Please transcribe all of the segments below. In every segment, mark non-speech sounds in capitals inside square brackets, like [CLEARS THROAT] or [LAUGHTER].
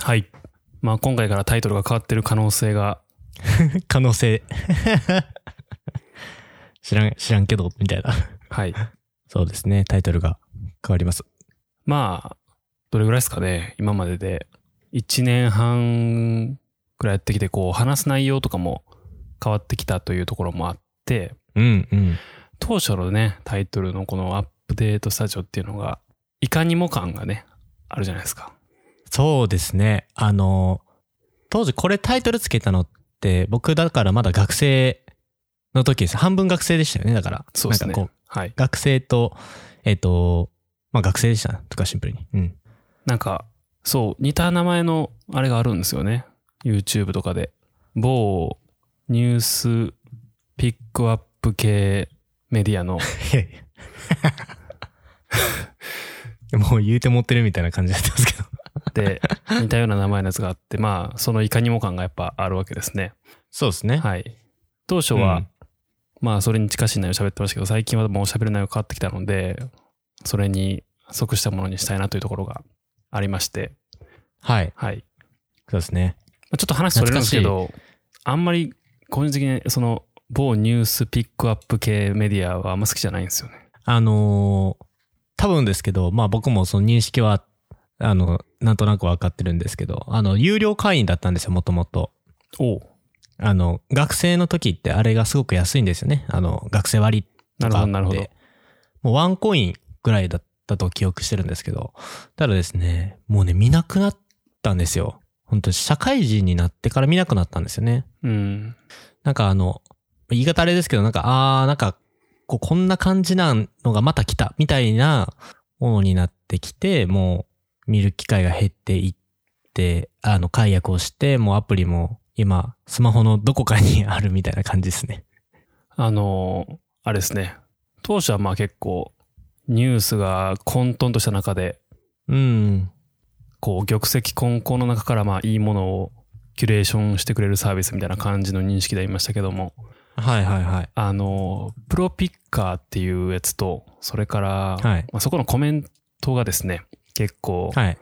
はい。まあ今回からタイトルが変わってる可能性が、可能性。 [LAUGHS] 知らん、知らんけど、みたいな。はい。そうですね。タイトルが変わります。まあ、どれぐらいですかね。今までで。1年半くらいやってきて、こう、話す内容とかも変わってきたというところもあって、うん、うん。当初のね、タイトルのこのアップデートスタジオっていうのが、いかにも感がね、あるじゃないですか。そうですね。あの、当時これタイトルつけたのって、僕だからまだ学生の時です。半分学生でしたよね、だから。そうですねなんかこう、はい。学生と、えっ、と、まあ学生でした、とかシンプルに。 [LAUGHS] うん。なんか、そう、似た名前のあれがあるんですよね。YouTube とかで。某ニュースピックアップ系メディアの、いやいやもう言うて持ってるみたいな感じだったんですけど。で、似たような名前のやつがあ [LAUGHS] って、まあ、そのいかにも感がやっぱあるわけですね。そうですね。はい。当初は、うんまあ、それに近しい内容を喋ってましたけど、最近はもう喋る内容変わってきたので、それに即したものにしたいなというところがありまして、はい。はい。そうですね。まあちょっと話それるんですけど、あんまり個人的にその某ニュースピックアップ系メディアはあんま好きじゃないんですよね。あのー多分ですけど、まあ僕もその認識は、あの、なんとなく分かってるんですけど、あの、有料会員だったんですよ、もともと。おあの、学生の時ってあれがすごく安いんですよね。あの、学生割なるとかほあっど、て。なるほど。もうワンコインぐらいだったと記憶してるんですけど、ただですね、もうね、見なくなったんですよ。本当に社会人になってから見なくなったんですよね。うん。なんかあの、言い方あれですけど、なんか、あー、なんか、こう、こんな感じなのがまた来た、みたいなものになってきて、もう、見る機会が減っていって、あの、解約をして、もうアプリも、今、スマホのどこかにあるみたいな感じですね。あのーあれですね。当初はまあ結構ニュースが混沌とした中で、うん。こう玉石混交の中からまあいいものをキュレーションしてくれるサービスみたいな感じの認識でありましたけども、はいはいはい。あのープロピッカーっていうやつと、それから、はい。まあ、そこのコメントがですね、結構、はい。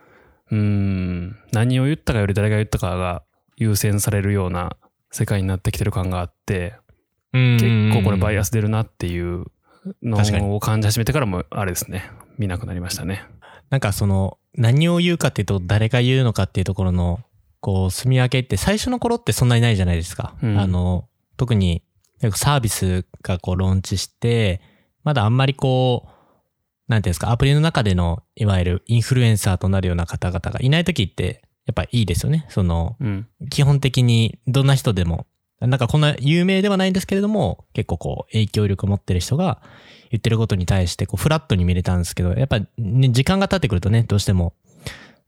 うーん、何を言ったかより誰が言ったかが優先されるような世界になってきてる感があって、結構これバイアス。ス出るなっていう確かにのを感じ始めてからも、あれですね、見なくなりましたね。なんかその、何を言うかっていうと、誰が言うのかっていうところの、こう、住み分けって最初の頃ってそんなにないじゃないですか。うんあの、特に、サービスがこう、ローンチして、まだあんまりこう、なんていうんですか、アプリの中での、いわゆるインフルエンサーとなるような方々がいない時って、やっぱいいですよね。その、うん。基本的にどんな人でも、なんかこんな有名ではないんですけれども、結構こう影響力持ってる人が言ってることに対してこうフラットに見れたんですけど、やっぱ、ね、時間が経ってくるとね、どうしても、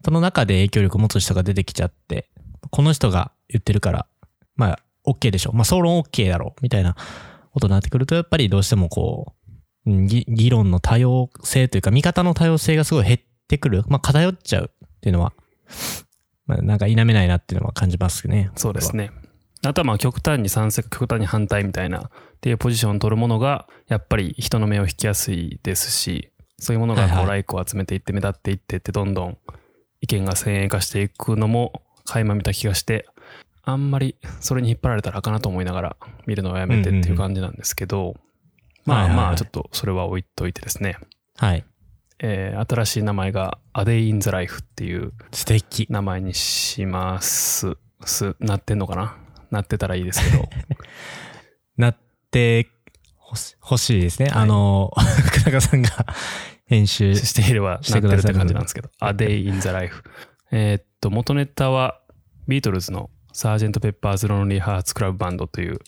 その中で影響力持つ人が出てきちゃって、この人が言ってるから、まあ、OK でしょ。まあ、総論 OK だろう。みたいなことになってくると、やっぱりどうしてもこう、うんぎ議論の多様性というか、見方の多様性がすごい減ってくる。まあ、偏っちゃうっていうのは、まあ、なんか否めないなっていうのは感じますね。そうですね。あとはまあ極端に賛成か極端に反対みたいなっていうポジションを取るものがやっぱり人の目を引きやすいですしそういうものがはこいうはライクを集めていって目立っていってってどんどん意見が先鋭化していくのも垣間見た気がしてあんまりそれに引っ張られたらあかなと思いながら見るのをやめてっていう感じなんですけどまはあいはいはいまあちょっとそれは置いといてですねはい。えー新しい名前が「A Day in the Life」っていう素敵。名前にします。す、なってんのかななってたらいいですけ [LAUGHS] ど。なってほし欲しいですね。あの、 [LAUGHS] 久高さんが編集。していればしなっててるくだっさてい感じなんですけど。A [LAUGHS] Day in the Life。えーっと、元ネタはビートルズのサージェント・ペッパーズ・ロンリー・ハーツ・クラブ・バンドという、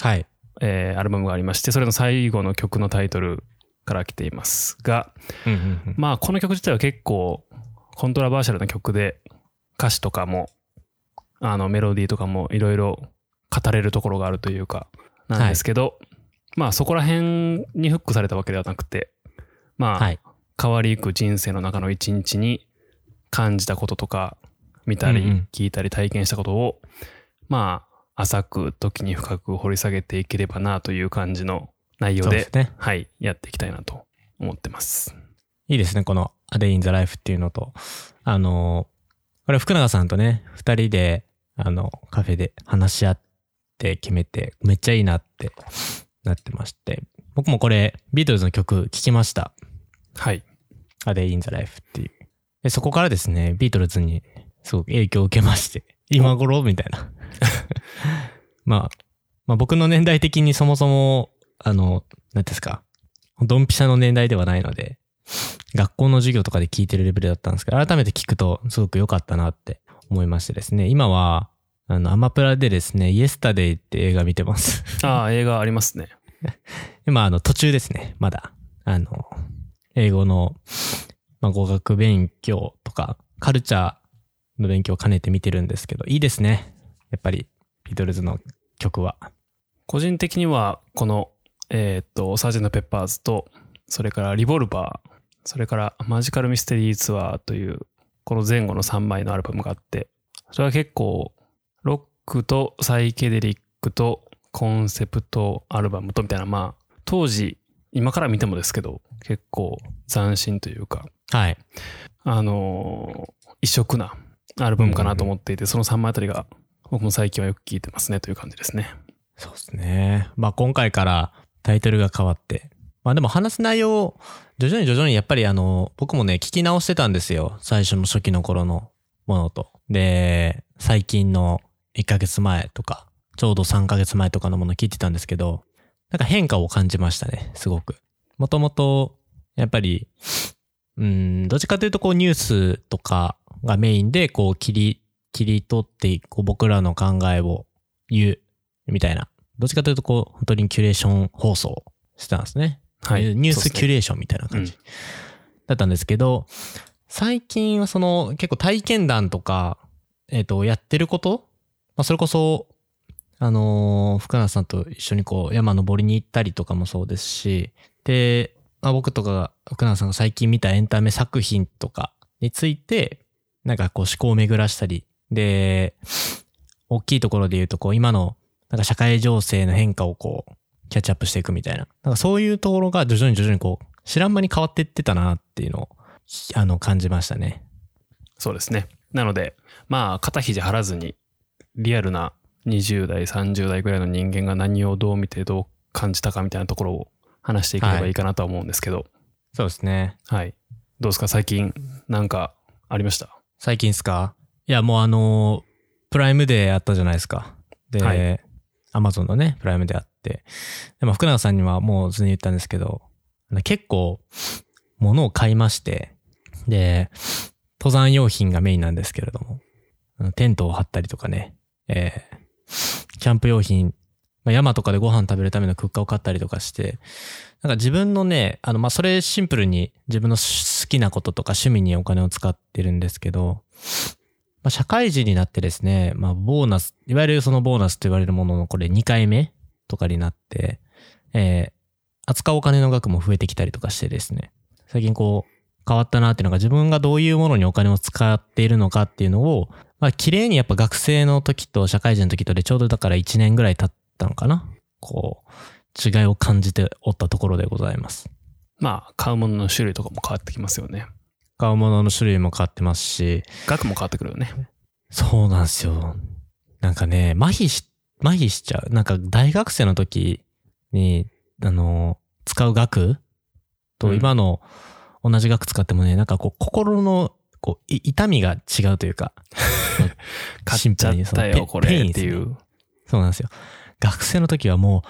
はい。えーアルバムがありまして、それの最後の曲のタイトルから来ていますが、うんうんうんまあこの曲自体は結構コントラバーシャルな曲で歌詞とかもあのメロディーとかもいろいろ語れるところがあるというかなんですけど、まあそこら辺にフックされたわけではなくてまあ、はい。変わりゆく人生の中の一日に感じたこととか見たりうんうん聞いたり体験したことを、まあ浅く時に深く掘り下げていければなという感じの内容そうでですね。はいやっていきたいなと思ってます。いいですね、この A Day in the Life っていうのと。あの、これ福永さんとね、二人で、あの、カフェで話し合って決めて、めっちゃいいなってなってまして。僕もこれ、ビートルズの曲聴きました。はい。 A Day in the Life っていう。で、そこからですね、ビートルズにすごく影響を受けまして、今頃みたいな。 [LAUGHS] まあ、まあ僕の年代的にそもそも、あの、何ですか、ドンピシャの年代ではないので、学校の授業とかで聞いてるレベルだったんですけど、改めて聞くとすごく良かったなって思いましてですね、今は、あの、アマプラでですね、イエスタデイって映画見てます。ああ、映画ありますね。今、あの、途中ですね。まだ。あの、英語の、まあ、語学勉強とか、カルチャーの勉強を兼ねて見てるんですけど、いいですね。やっぱり、ビートルズの曲は。個人的には、この、えーっと、サージェント・ペッパーズと、それからリボルバー、それからマジカル・ミステリー・ツアーという、この前後の3枚のアルバムがあって、それは結構、ロックとサイケデリックとコンセプトアルバムとみたいな、まあ、当時、今から見てもですけど、結構斬新というか、はい。あのー異色なアルバムかなと思っていて、その3枚あたりが、僕も最近はよく聴いてますねという感じですね。そうですね。まあ、今回からタイトルが変わって。まあ、でも話す内容、徐々に徐々にやっぱりあの、僕もね、聞き直してたんですよ。最初の初期の頃のものと。で、最近の1ヶ月前とか、ちょうど3ヶ月前とかのもの聞いてたんですけど、なんか変化を感じましたね、すごく。もともと、やっぱり、うん、どっちかというとこうニュースとかがメインで、こう切り、切り取って、こう僕らの考えを言うみたいな。どっちかというと、こう、本当にキュレーション放送をしてたんですね。はい。ニューそスうキュですねレーションみたいな感じ、うんだったんですけど、最近はその結構体験談とか、えっ、と、やってること、まあ、それこそ、あのー福永さんと一緒にこう山登りに行ったりとかもそうですし、で、まあ、僕とかが、福永さんが最近見たエンタメ作品とかについて、なんかこう思考を巡らしたり、で、大きいところで言うとこう今のなんか社会情勢の変化をこうキャッチアップしていくみたいな。なんかそういうところが徐々に徐々にこう、知らん間に変わっていってたなっていうのを、ひあの、感じましたね。そうですね。なので、まあ、肩肘張らずに、リアルな20代、30代ぐらいの人間が何をどう見てどう感じたかみたいなところを話していければいいかなとは思うんですけど、そうですね。はい。どうですか最近、なんかありました最近ですかいや、もうあのープライムデーあったじゃないですか。で、はアマゾンのね、プライムデーあって。でも、福永さんにはもう常に言ったんですけど、あの結構、物を買いまして、で、登山用品がメインなんですけれども、あのテントを張ったりとかね、えーキャンプ用品、まあ、山とかでご飯食べるためのクッカーを買ったりとかして、なんか自分のね、あの、まあ、それシンプルに自分の好きなこととか趣味にお金を使ってるんですけど、まあ、社会人になってですね、まあ、ボーナス、いわゆるそのボーナスと言われるもののこれ2回目とかになって、えー扱うお金の額も増えてきたりとかしてですね、最近こう、変わったなっていうのが自分がどういうものにお金を使っているのかっていうのを、まあ、綺麗にやっぱ学生の時と社会人の時とでちょうどだから1年ぐらい経ったのかな。こう、違いを感じておったところでございます。まあ、買うものの種類とかも変わってきますよね。買うものの種類も変わってますし、額も変わってくるよね。そうなんですよ。なんかね、麻痺し、麻痺しちゃう。なんか大学生の時に、あの、使う額うとん今の同じ額使ってもね、なんかこう心のこうい痛みが違うというか、買っちゃったそのよ、ペこペイれンっでてすいねう。そうなんですよ。学生の時はも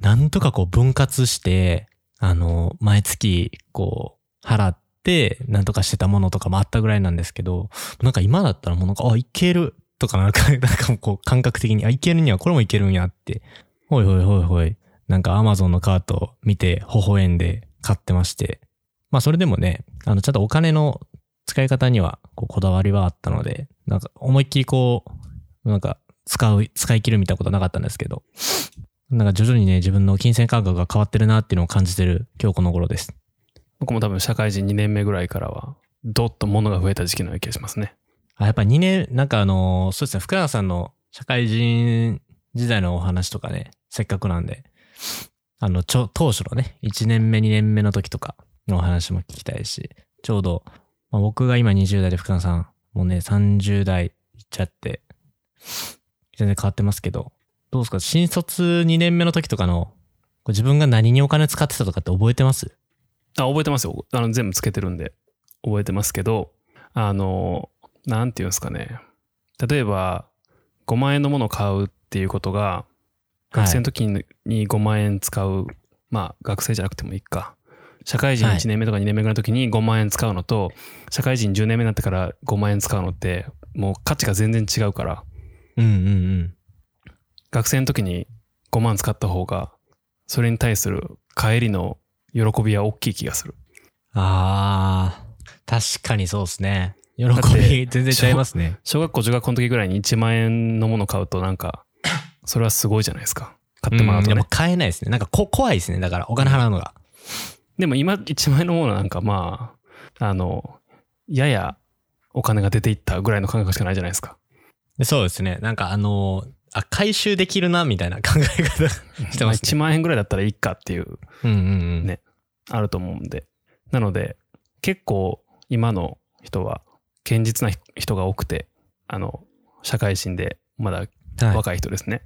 う、なんとかこう分割して、あの、毎月こう払って、なんとかしてたものとかもあったぐらいなんですけど、なんか今だったらもうなんか、あ、いけるとかなんか、 [LAUGHS] なんかこう感覚的に、あ、いけるにはこれもいけるんやって、ほいほいほいほい、なんか Amazon のカートを見て、微笑んで買ってまして、まあそれでもね、あの、ちゃんとお金の使い方にはこうこだわりはあったので、なんか思いっきりこう、なんか使う、使い切るみたいなことはなかったんですけど、なんか徐々にね、自分の金銭感覚が変わってるなっていうのを感じてる今日この頃です。僕も多分社会人2年目ぐらいからは、どっと物が増えた時期のような気がしますね。あやっぱ2年、なんかあのーそうですね、福永さんの社会人時代のお話とかね、せっかくなんで、あの、ちょ、当初のね、1年目、2年目の時とかのお話も聞きたいし、ちょうど、まあ僕が今20代で福永さんもうね、30代いっちゃって、全然変わってますけど、どうですか新卒2年目の時とかの、こう自分が何にお金使ってたとかって覚えてますあ、覚えてますよ。あの、全部つけてるんで、覚えてますけど、あの、なんていうんですかね。例えば、5万円のものを買うっていうことが、はい学生の時に5万円使う、まあ、学生じゃなくてもいいか。社会人はい1年目とか2年目ぐらいの時に5万円使うのと、社会人10年目になってから5万円使うのって、もう価値が全然違うから、うんうんうん。学生の時に5万使った方が、それに対する帰りの喜びは大きい気がする。あー、確かにそうですね。喜ってび全然違いますね。小学校中学校の時ぐらいに1万円のもの買うとなんかそれはすごいじゃないですか買ってもらううんいとやもねう買えないですね。なんかこ怖いですね。だからお金払うのが。でも今1万円のものなんかまああのややお金が出ていったぐらいの感覚しかないじゃないですかでそうですね。なんかあのーあ、回収できるな、みたいな考え方 [LAUGHS] してます1ね。万円ぐらいだったらいいかっていううんうんうん。ねあると思うんでなので結構今の人は堅実な人が多くてあの社会人でまだはい若い人ですね、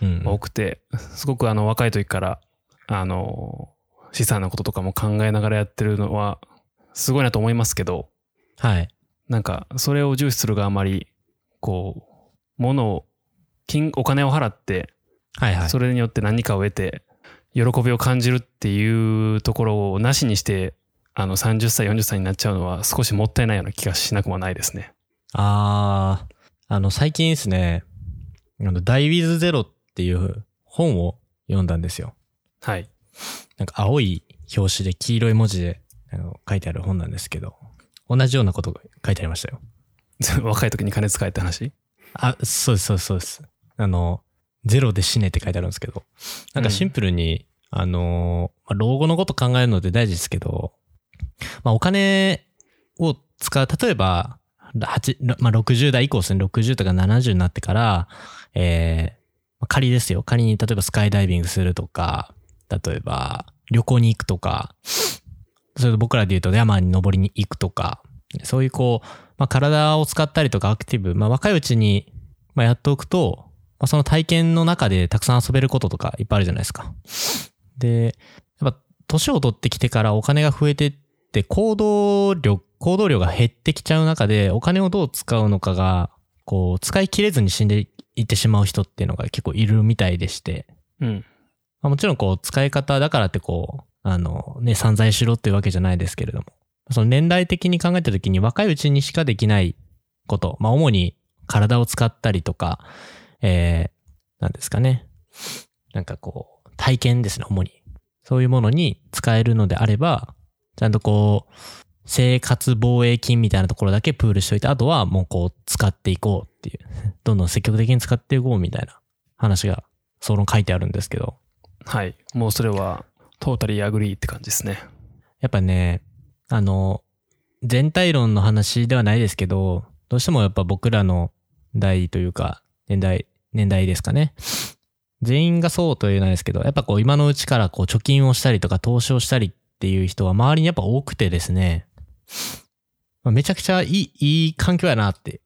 うんうん多くて、すごくあの若い時から、あの、資産のこととかも考えながらやってるのは、すごいなと思いますけど、はい。なんか、それを重視するがあまり、こう、物を、金、お金を払って、はいはい。それによって何かを得て、喜びを感じるっていうところをなしにして、あの、30歳、40歳になっちゃうのは少しもったいないような気がしなくもないですね。あー、あの、最近ですね、あの、ダイウィズゼロっていう本を読んだんですよ。はい。 [LAUGHS] なんか青い表紙で黄色い文字であの書いてある本なんですけど、同じようなことが書いてありましたよ。若い時に金使えって話あ、そうです、そうです、そうです。あの、ゼロで死ねって書いてあるんですけど、なんかシンプルに、あの、まあ老後のこと考えるのって大事ですけど、まあお金を使う、例えば、8まあ、60代以降ですね、60とか70になってから、えーまあ仮ですよ。仮に例えばスカイダイビングするとか、例えば旅行に行くとか、それと僕らで言うと山に登りに行くとか、そういうこう、まあ、体を使ったりとかアクティブ、まあ、若いうちに、まあ、やっておくと、まあ、その体験の中でたくさん遊べることとかいっぱいあるじゃないですか。で、やっぱ年を取ってきてからお金が増えてって行動力、行動量が減ってきちゃう中でお金をどう使うのかが、こう、使い切れずに死んでいってしまう人っていうのが結構いるみたいでして、うん。まあ、もちろんこう使い方だからってこう、あのね、散財しろっていうわけじゃないですけれども、その年代的に考えた時に若いうちにしかできないこと、まあ主に体を使ったりとか、えー、なんですかね。なんかこう、体験ですね、主に。そういうものに使えるのであれば、ちゃんとこう、生活防衛金みたいなところだけプールしといて、あとはもうこう、使っていこうっていう、どんどん積極的に使っていこうみたいな話が、総論書いてあるんですけど、はい。もうそれは、トータリーアグリーって感じですね。やっぱね、あの、全体論の話ではないですけど、どうしてもやっぱ僕らの代というか、年代、年代ですかね。全員がそうとは言えないですけど、やっぱこう今のうちからこう貯金をしたりとか投資をしたりっていう人は周りにやっぱ多くてですね、まあめちゃくちゃいい、いい環境やなって、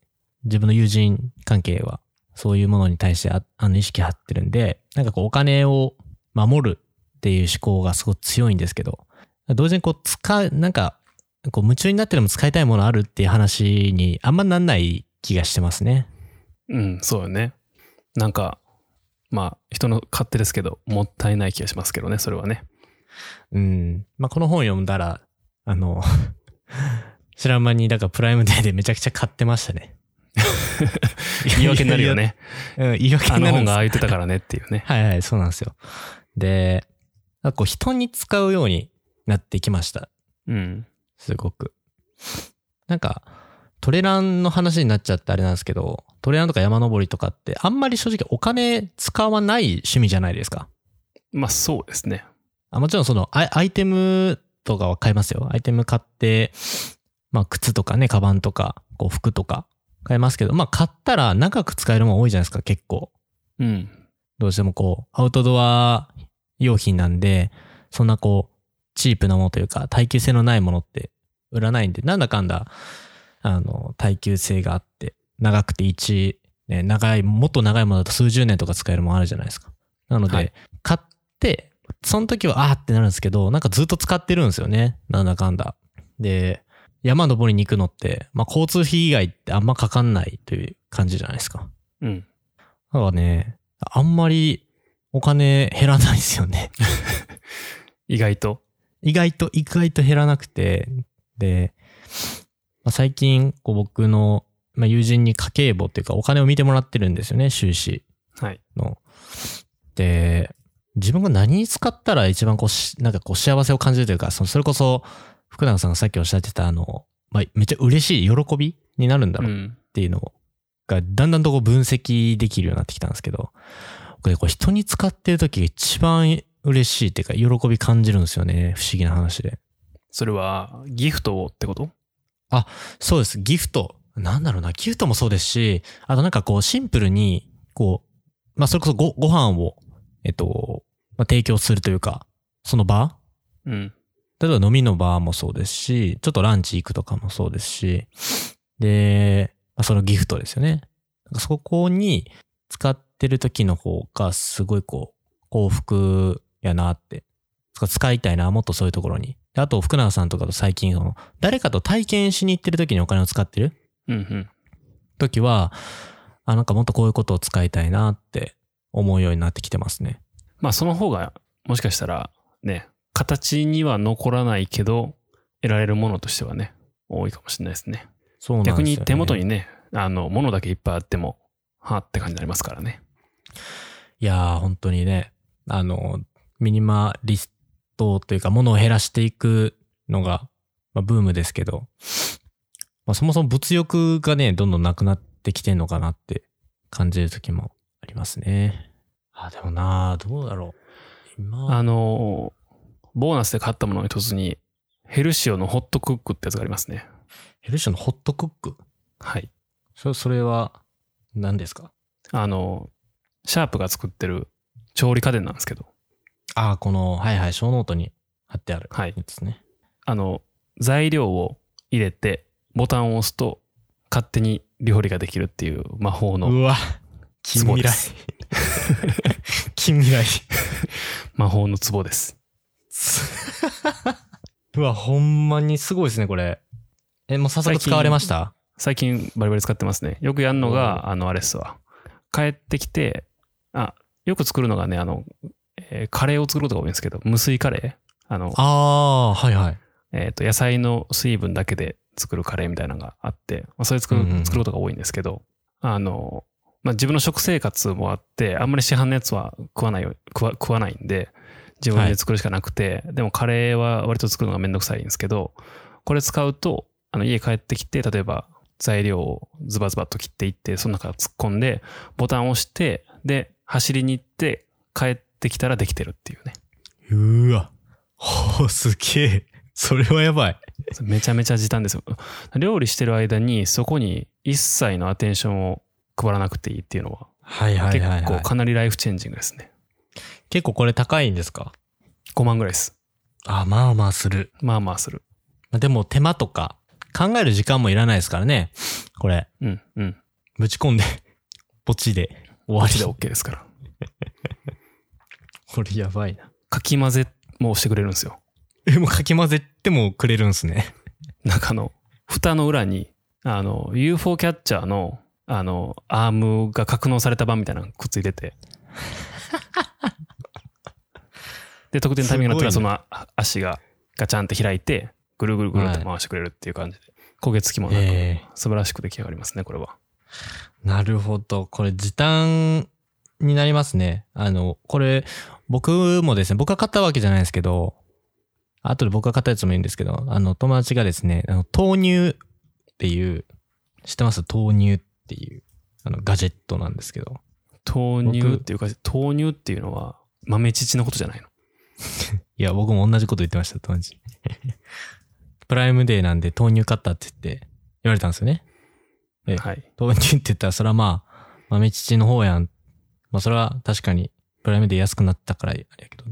自分の友人関係は、そういうものに対してああの意識張ってるんで、なんかこうお金を守るっていう思考がすごい強いんですけど、同時にこう使う、なんか、こう夢中になってでも使いたいものあるっていう話にあんまなんない気がしてますね。うん、そうよね。なんか、まあ、人の勝手ですけど、もったいない気がしますけどね、それはね。うん。まあ、この本読んだら、あの、 [LAUGHS] 知らん間に、だからプライムデーでめちゃくちゃ買ってましたね。言い訳になるよね。うん、言い訳あになのる本んですが空いてたからねっていうね。はいはい、そうなんですよ。で、なんかこう人に使うようになってきました。うん。すごく。なんか、トレランの話になっちゃってあれなんですけど、トレランとか山登りとかって、あんまり正直お金使わない趣味じゃないですか。まあ、そうですね。あもちろんそのアイ、アイテムとかは買いますよ。アイテム買って、まあ靴とかね、カバンとか、こう服とか買いますけど、まあ買ったら長く使えるもの多いじゃないですか、結構。うん。どうしてもこう、アウトドア用品なんで、そんなこう、チープなものというか、耐久性のないものって売らないんで、なんだかんだ、あの、耐久性があって、長くて1、ね、長い、もっと長いものだと数十年とか使えるものあるじゃないですか。なので、はい買って、その時はあーってなるんですけど、なんかずっと使ってるんですよね。なんだかんだ。で、山登りに行くのって、まあ交通費以外ってあんまかかんないという感じじゃないですか。うん。だからね、あんまりお金減らないですよね。 [LAUGHS] 意外と。意外と意外と減らなくてで、まあ、最近こう僕の、まあ、友人に家計簿っていうかお金を見てもらってるんですよね収支はい。の。で自分が何に使ったら一番こうしなんかこう幸せを感じるというかそのそれこそ福永さんがさっきおっしゃってたあの、まあ、めっちゃ嬉しい喜びになるんだろううん。っていうのがだんだんとこう分析できるようになってきたんですけど僕ねこう人に使ってる時が一番嬉しいっていうか喜び感じるんですよね不思議な話でそれは、ギフトをってことそうですギフトなんだろうなギフトもそうですしあとなんかこうシンプルにこうまあそれこそごご飯をえっと、まあ、提供するというかその場うん。例えば飲みの場もそうですし、ちょっとランチ行くとかもそうですし、で、まあそのギフトですよね。なんかそこに使ってる時の方がすごいこう幸福やなって。つか使いたいな、もっとそういうところに。であと、福永さんとかと最近、その誰かと体験しに行ってる時にお金を使ってるうんうん。時は、あ、なんかもっとこういうことを使いたいなって思うようになってきてますね。まあ、その方が、もしかしたら、ね、形には残らないけど、得られるものとしてはね、多いかもしれないですね。そうなんですよ、逆ね。に手元にね、あの、物だけいっぱいあっても、はって感じになりますからね。いやー、本当にね、あの、ミニマリストというか、ものを減らしていくのが、まあ、ブームですけど、まあ、そもそも物欲がね、どんどんなくなってきてんのかなって感じる時もありますね。あ、でもなー、どうだろう。今、あの、ボーナスで買ったものの一つに、ヘルシオのホットクックってやつがありますね。ヘルシオのホットクック。はい。そそれは、何ですかあの、シャープが作ってる調理家電なんですけど、あー、この、はいはい、小ノートに貼ってある。はいですね。あの、材料を入れて、ボタンを押すと、勝手に料理ができるっていう魔法の、うわ、ツ近ボ未で来す。近未来。魔法のツボです。 [LAUGHS] うわ、ほんまにすごいですね、これ。え、もう早速使われました最近バリバリ使ってますね。よくやるのが、あの、あれっすわ。帰ってきて、あ、よく作るのがね、あの、えーカレーを作ることが多いんですけど、無水カレーあの、ああー、はいはい。えー、と野菜の水分だけで作るカレーみたいなのがあって、まあ、それ作る,、うんうんうん作ることが多いんですけどあの、まあ、自分の食生活もあってあんまり市販のやつは食わないよ食わ食わないんで自分で作るしかなくて、でもカレーは割と作るのがめんどくさいんですけどこれ使うとあの家帰ってきて例えば材料をズバズバっと切っていってその中突っ込んでボタンを押してで走りに行って帰ってきたらできてるっていうねうわ。ほう、すげえ。それはやばい。めちゃめちゃ時短ですよ。料理してる間にそこに一切のアテンションを配らなくていいっていうのははいはい結はい、は構い。かなりライフチェンジングですね。結構これ高いんですか5万ぐらいです。あまあまあする。まあまあする。まあでも手間とか、考える時間もいらないですからね。これ、うんうん。ぶち込んで、 [LAUGHS] ポチで終わマりジでだ。 OK ですから。これやばいな。かき混ぜもしてくれるんですよ。え、もうかき混ぜてもくれるんすね。中の蓋の裏にあの UFO キャッチャーのあのアームが格納された版みたいなのくっついてて。で特定のタイミングになったらすそごいのあ足がガチャンって開いてぐるぐるぐるって回してくれるっていう感じで焦げつきもなくええ素晴らしく出来上がりますねこれは。なるほど。これ時短になりますね。あの、これ、僕もですね、僕が買ったわけじゃないですけど、後で僕が買ったやつもいいんですけど、あの、友達がですね、あの豆乳っていう、知ってます豆乳っていう、あの、ガジェットなんですけど。豆乳っていうか豆乳っていうのは豆乳のことじゃないの。いや、僕も同じこと言ってました、友達。 [LAUGHS] プライムデーなんで豆乳買ったって言って、言われたんですよね。えはい。豆乳って言ったら、それはまあ、豆乳の方やん。まあ、それは確かに、プライムで安くなったから、あれやけど。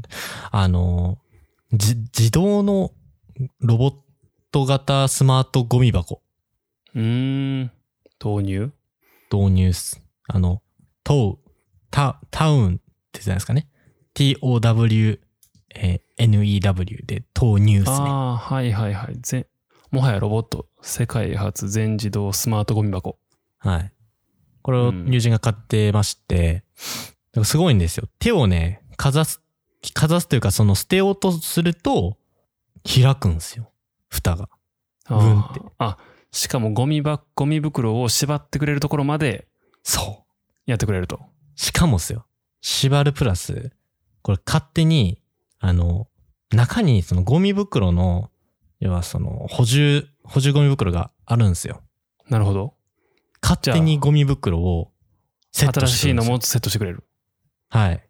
あのー、じ、自動のロボット型スマートゴミ箱うーん。豆乳導入す。あの、トウ、タ、タウンってじゃないですかね。TOW、えー NEW で豆乳ですね。ああ、はいはいはい。全もはやロボット、世界初全自動スマートゴミ箱。はい。これをうん友人が買ってまして、だからすごいんですよ。手をね、かざす、かざすというか、その捨てようとすると、開くんですよ。蓋が。あブンーあ、しかもゴミ箱、ゴミ袋を縛ってくれるところまでそう。やってくれると。しかもですよ、縛るプラス、これ勝手に、あの、中にそのゴミ袋の、要はその補充、補充ゴミ袋があるんですよ。なるほど。勝手にゴミ袋をセット新してしいくれのるんですよもセットしてくれる。はい。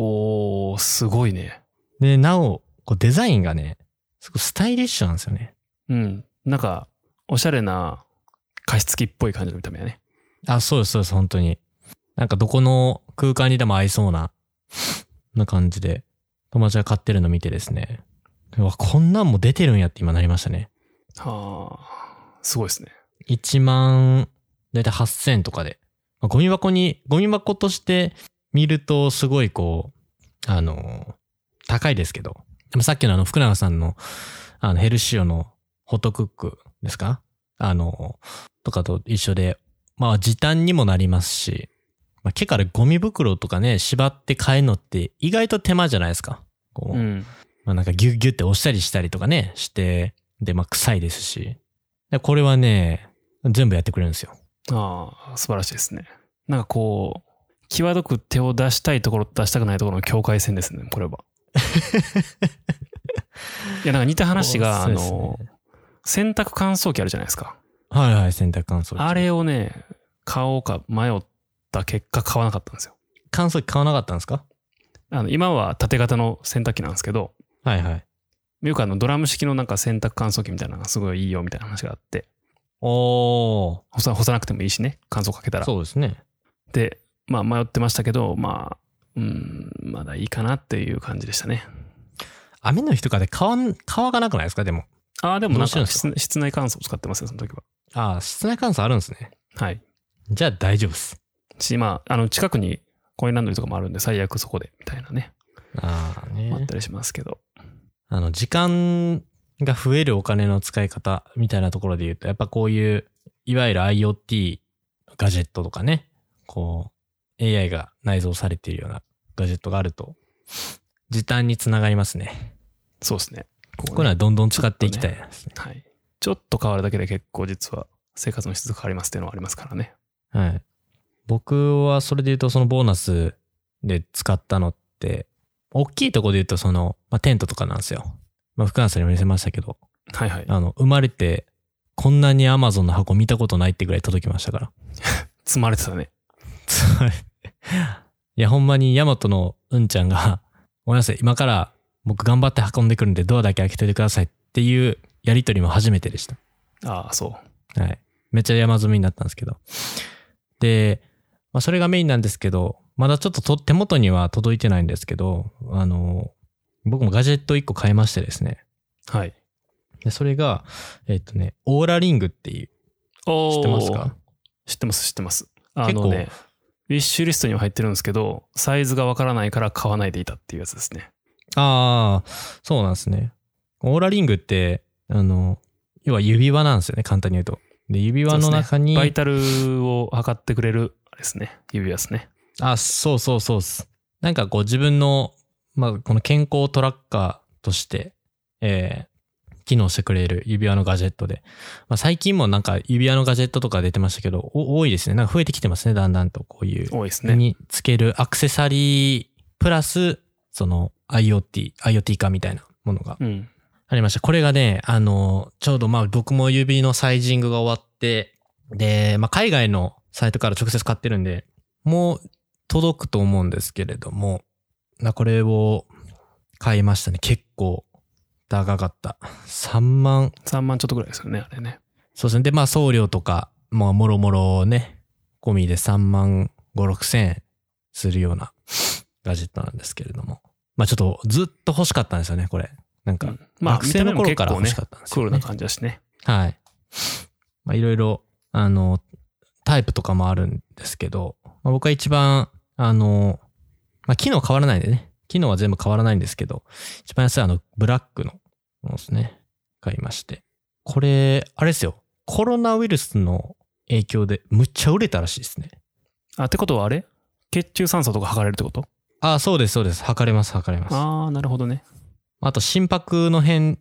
おー、すごいね。で、なお、こうデザインがね、すごいスタイリッシュなんですよね。うん。なんか、おしゃれな加湿器っぽい感じの見た目やね。あ、そうです、そうです、本当に。なんかどこの空間にでも合いそうな、な感じで、友達が買ってるの見てですね。うわ、こんなんも出てるんやって今なりましたね。はあ、すごいですね。 1万、だいたい8000とかで。まあゴミ箱に、ゴミ箱として見ると、すごいこう、あの、高いですけど。でもさっきのあの、福永さんの、あの、ヘルシオのホットクックですかあの、とかと一緒で、まあ、時短にもなりますし、まあ、毛からゴミ袋とかね、縛って買えるのって、意外と手間じゃないですか。こう、うん。まあなんかギュッギュッて押したりしたりとかね、して、で、まあ臭いですし。でこれはね、全部やってくれるんですよ。ああ、素晴らしいですね。なんかこう、際どく手を出したいところと出したくないところの境界線ですね、これ [LAUGHS] は。いや、なんか似た話が、あそうですねの、洗濯乾燥機あるじゃないですか。はいはい、洗濯乾燥機。あれをね、買おうか迷った結果買わなかったんですよ。乾燥機買わなかったんですかあの今は縦型の洗濯機なんですけど、はいはい。よくあのドラム式のなんか洗濯乾燥機みたいなのがすごいいいよみたいな話があって、おー。干さ干さなくてもいいしね、乾燥かけたら。そうですね。で、まあ迷ってましたけど、まあ、うん、まだいいかなっていう感じでしたね。雨の日とかで乾ん、乾かなくないですかでも。ああ、でもなんどかうして室室内乾燥使ってますよ、その時は。ああ、室内乾燥あるんですね。はい。じゃあ大丈夫っす。し、まあ、あの近くにコインランドリーとかもあるんで、最悪そこでみたいなね、あああっね。たりしますけど。あの、時間が増えるお金の使い方みたいなところで言うと、やっぱこういう、いわゆる IoT ガジェットとかね、こう、AI が内蔵されているようなガジェットがあると、時短につながりますね。そうですね。こここういうのねはどんどん使っていきたいですね。はい。ちょっと変わるだけで結構実は生活の質が変わりますっていうのはありますからね。はい。僕はそれで言うと、そのボーナスで使ったのって、大きいところで言うと、その、まあ、テントとかなんですよ。まあ、福原さんにも見せましたけど、はいはい。あの、生まれて、こんなに Amazon の箱見たことないってぐらい届きましたから。積まれてたね。つまりいや、ほんまにヤマトのうんちゃんが、 [LAUGHS] ごめんなさい、今から僕頑張って運んでくるんでドアだけ開けといてくださいっていうやりとりも初めてでした。ああ、そう。はい。めっちゃ山積みになったんですけど。で、まあ、それがメインなんですけど、まだちょっとと手元には届いてないんですけど、あの、僕もガジェット1個買いましてですね。はい。でそれが、えっ、とね、オーラリングっていう、おー知ってますか知ってます、知ってます。あのね、ウィッシュリストには入ってるんですけど、サイズがわからないから買わないでいたっていうやつですね。ああ、そうなんですね。オーラリングって、あの、要は指輪なんですよね、簡単に言うと。で、指輪の中に、バイタルを測ってくれる、あれですね、指輪ですね。あ、そうそうそうっす。なんかこう自分の、まあ、この健康トラッカーとして、えー機能してくれる指輪のガジェットで。まあ、最近もなんか指輪のガジェットとか出てましたけど、お多いですね。なんか増えてきてますね、だんだんとこういう。多いですね。につけるアクセサリープラス、その IoT、IoT 化みたいなものがうん。ありました。これがね、あの、ちょうどまあ僕も指のサイジングが終わって、で、まあ海外のサイトから直接買ってるんで、もう届くと思うんですけれども、まあこれを買いましたね。結構高かった。3万、 3万ちょっとぐらいですよね、あれね。そうですね。で、まあ送料とか、まあもろもろね、込みで3万5、6千円するような [LAUGHS] ガジェットなんですけれども。まあちょっとずっと欲しかったんですよね、これ。なんか、まあ、学生の頃から見た目も欲結し構かねっ、たんですクーよ、ルな感じだしね。はい。まあ、いろいろあの、タイプとかもあるんですけど、まあ、僕は一番、あの、まあ、機能変わらないんでね。機能は全部変わらないんですけど、一番安いあの、ブラックのものですね。買いまして。これ、あれですよ。コロナウイルスの影響でむっちゃ売れたらしいですね。あ、ってことはあれ血中酸素とか測れるってことああ、そうです、そうです。測れます、測れます。あああ、なるほどね。と、心拍の辺、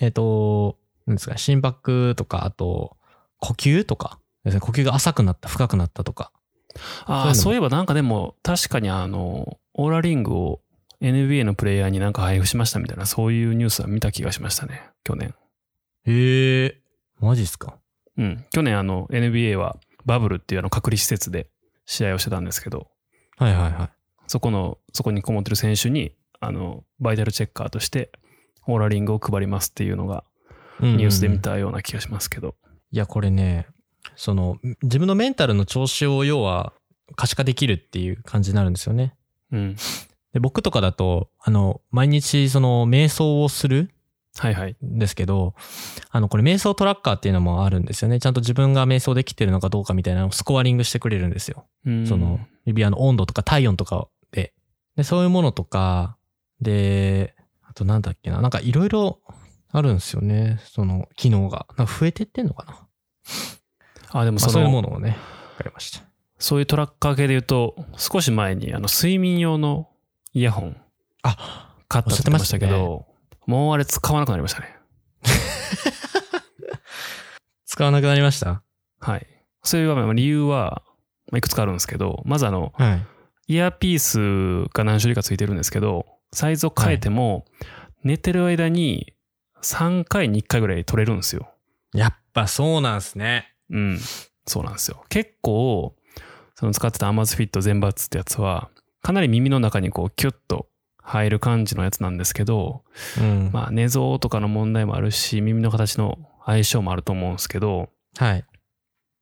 えっ、と、なんですか、心拍とか、あと、呼吸とかですね。呼吸が浅くなった、深くなったとか。ああ、そそうういいえばなんかでも、確かにあの、オーラリングを NBA のプレイヤーになんか配布しましたみたいな、そういうニュースは見た気がしましたね、去年。へえ、マジっすか。うん。去年あの、NBA はバブルっていうあの隔離施設で試合をしてたんですけど、はいはいはい。そこの、そこにこもってる選手に、あの、バイタルチェッカーとして、オーラリングを配りますっていうのが、ニュースで見たような気がしますけど。いや、これね、その、自分のメンタルの調子を要は可視化できるっていう感じになるんですよね。うん。で、僕とかだと、あの、毎日その、瞑想をするはいはい。んですけど、あの、これ瞑想トラッカーっていうのもあるんですよね。ちゃんと自分が瞑想できてるのかどうかみたいなのをスコアリングしてくれるんですよ。うんその、指輪の温度とか体温とかで。で、そういうものとか、で、あとなんだっけな、なんかいろいろあるんですよね。その、機能が。なんか増えてってんのかな。あ、でもまあ、その、そういうそうものをね、わかりました。いうトラッカー系で言うと、少し前に、あの、睡眠用のイヤホンあ、買ったって言ってましたけど、もうあれ使わなくなりましたね。使わなくなりましたはい。そういう場面、理由は、まあ、いくつかあるんですけど、まずあの、はい。イヤーピースが何種類かついてるんですけど、サイズを変えても、寝てる間に3回に1回ぐらい取れるんですよ。やっぱそうなんすね。うん。そうなんですよ。結構、その使ってたアマズフィット全抜ってやつは、かなり耳の中にこうキュッと入る感じのやつなんですけど、うん。まあ寝相とかの問題もあるし、耳の形の相性もあると思うんですけど、はい。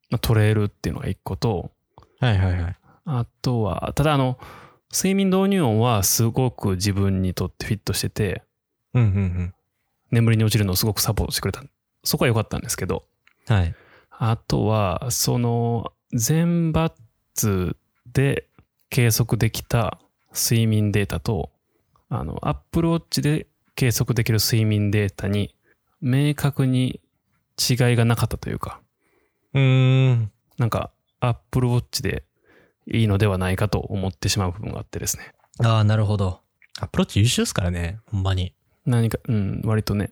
まあ、取れるっていうのが一個と、はいはいはい。あとは、ただあの、睡眠導入音はすごく自分にとってフィットしてて、うんうん眠りに落ちるのをすごくサポートしてくれた。そこは良かったんですけど、うん。はい。あとは、その、全バッツで計測できた睡眠データと、あの、Apple Watch で計測できる睡眠データに、明確に違いがなかったというか、うーん。なんか、Apple Watch でいいのではないかと思ってしまう部分があってですね。ああ、なるほど。アプローチ優秀っすからね。ほんまに。何か、うん、割とね、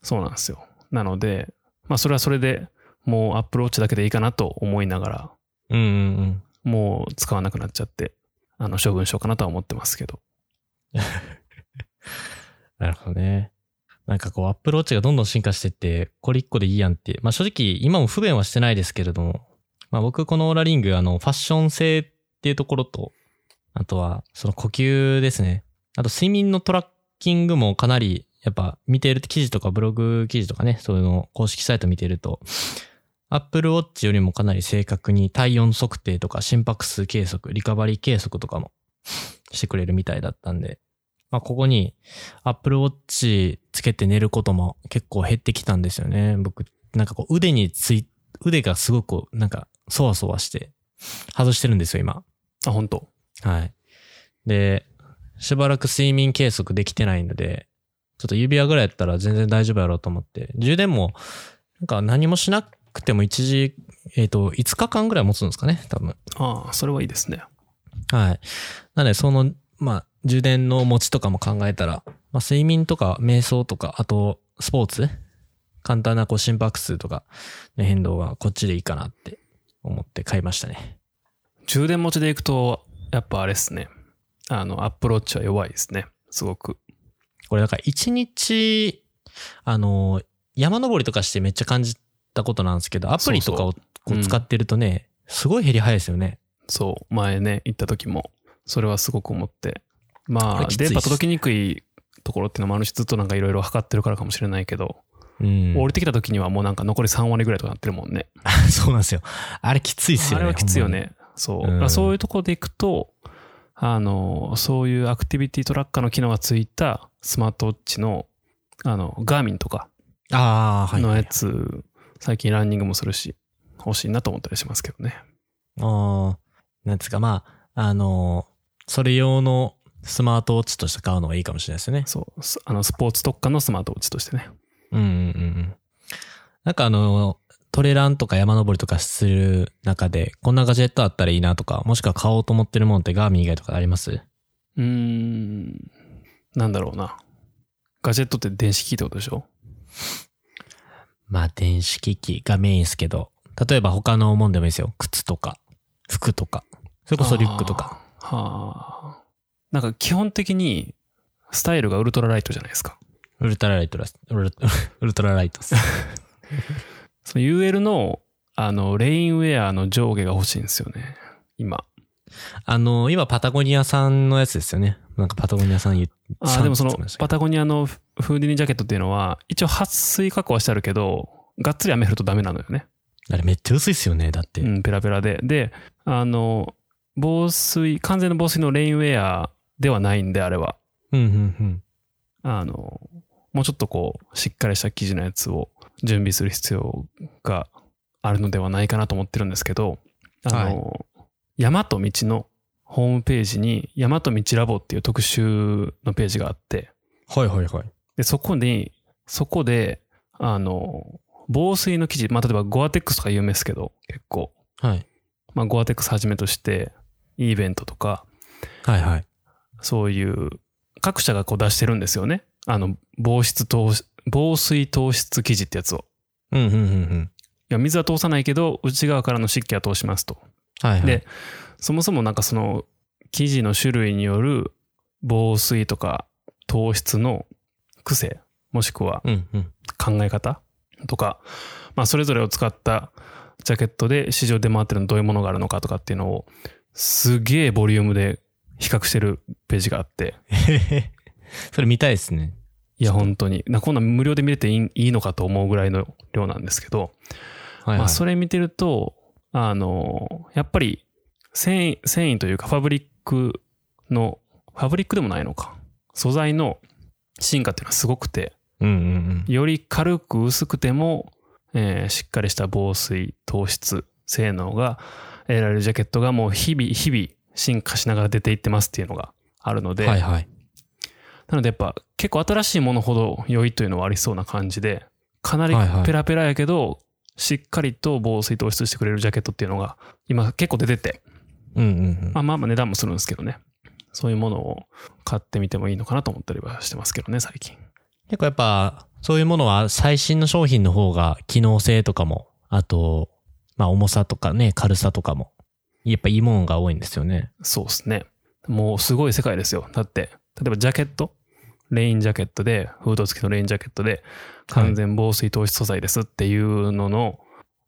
そうなんですよ。なので、まあ、それはそれでもう Apple Watch だけでいいかなと思いながら、うんうんうん。もう使わなくなっちゃって、あの、処分しようかなとは思ってますけど。なるほどね。なんかこう、アプローチがどんどん進化してって、これ一個でいいやんって。まあ正直、今も不便はしてないですけれども、まあ僕、このオーラリング、あの、ファッション性っていうところと、あとは、その呼吸ですね。あと、睡眠のトラッキングもかなり、やっぱ見ている記事とかブログ記事とかね、そういうの公式サイト見てると、Apple Watch よりもかなり正確に体温測定とか心拍数計測、リカバリー計測とかもしてくれるみたいだったんで、まあここに Apple Watch つけて寝ることも結構減ってきたんですよね。僕、なんかこう腕につい、腕がすごくこうなんかそわそわして外してるんですよ、今。あ、本当はい。で、しばらく睡眠計測できてないので、ちょっと指輪ぐらいやったら全然大丈夫やろうと思って、充電も、なんか何もしなくても一時、えっ、と、5日間ぐらい持つんですかね、多分。ああ、それはいいですね。はい。なので、その、まあ、充電の持ちとかも考えたら、まあ、睡眠とか瞑想とか、あと、スポーツ簡単なこう心拍数とかの変動はこっちでいいかなって思って買いましたね。充電持ちでいくと、やっぱあれですね。あの、アップローチは弱いですね。すごく。これだから一日、あの、山登りとかしてめっちゃ感じたことなんですけど、アプリとかをこううん使ってるとね、すごい減り早いですよね。そう、前ね、行った時も、それはすごく思って。まこあれ、きついっす電波届きにくいところっていうのもあるし、ずっとなんかいろいろ測ってるからかもしれないけど、うん。降りてきた時にはもうなんか残り3割ぐらいとかなってるもんね。 [LAUGHS] そうなんですよ。あれきついっすよあね。れはきついよね。そう。うんだからそういうところでいくと、あの、そういうアクティビティトラッカーの機能がついたスマートウォッチの、あの、ガーミンとかほんまに。ああ、はい。のやつ、最近ランニングもするし、欲しいなと思ったりしますけどね。あーなんですか、まあ、あのーそれ用のスマートウォッチとして買うのがいいかもしれないですね。そう、すあのスポーツ特化のスマートウォッチとしてね。うんうんうんうん。なんかあの、トレランとか山登りとかする中で、こんなガジェットあったらいいなとか、もしくは買おうと思ってるもんってガーミン以外とかありますうーん、なんだろうな。ガジェットって電子機器ってことでしょまあ、電子機器がメインですけど、例えば他のもんでもいいですよ。靴とか、服とか、それこそリュックとか。。あーはあ。なんか基本的に、スタイルがウルトラライトじゃないですか。ウルトラライトラ [LAUGHS] ス、ウルウルトラライトっす。その UL の、あの、レインウェアの上下が欲しいんですよね。今。あの、今パタゴニアさんのやつですよね。なんかパタゴニアさん言っあさーんでもそっのて言ってましたけどパタゴニアのフフーディニジャケットっていうのは一応撥水加工はしてあるけどがっつり雨降るとダメなのよね、あれめっちゃ薄いっすよね、だって。うん、ペラペラでであの防水完全な防水のレインウェアではないんであれはうんうんうん。あのもうちょっとこうしっかりした生地のやつを準備する必要があるのではないかなと思ってるんですけどあの、山と道のホームページに山と道ラボっていう特集のページがあってはいはいはい。で、そこに、そこで、あの、防水の生地、まあ、例えばゴアテックスとか有名ですけど、結構。はい。まあ、ゴアテックスはじめとして、イーベントとか、はいはい。そういう、各社がこう出してるんですよね。あの、防湿透、防水透湿生地ってやつを。うんうんうんうん。いや、水は通さないけど、内側からの湿気は通しますと。はいはい。でそもそもなんかその生地の種類による防水とか糖質の癖もしくはうんうん。考え方とか、まあ、それぞれを使ったジャケットで市場で回ってるのどういうものがあるのかとかっていうのをすげえボリュームで比較してるページがあってへへへ [LAUGHS] それ見たいですね。いや本当になこんなん無料で見れていいいいのかと思うぐらいの量なんですけど、はい、はい。まあ、それ見てるとあのやっぱり繊維繊維というかファブリックのファブリックでもないのか素材の進化っていうのはすごくてうんうんうん。より軽く薄くても、えーしっかりした防水糖質性能が得られるジャケットがもう日々日々進化しながら出ていってますっていうのがあるので、はいはい。なのでやっぱ結構新しいものほど良いというのはありそうな感じでかなりはいはいペラペラやけど、しっかりと防水糖質してくれるジャケットっていうのが今結構出てて、うんうんうまあ、まあまあ値段もするんですけどねそういうものを買ってみてもいいのかなと思ったりはしてますけどね最近ん。結構やっぱ、そういうものは最新の商品の方が機能性とかも、あと、まあ重さとかね、軽さとかも、やっぱいいものが多いんですよね。そうですね。もうすごい世界ですよ。だって、例えばジャケット、レインジャケットで、フード付きのレインジャケットで、完全防水透湿素材ですっていうのの、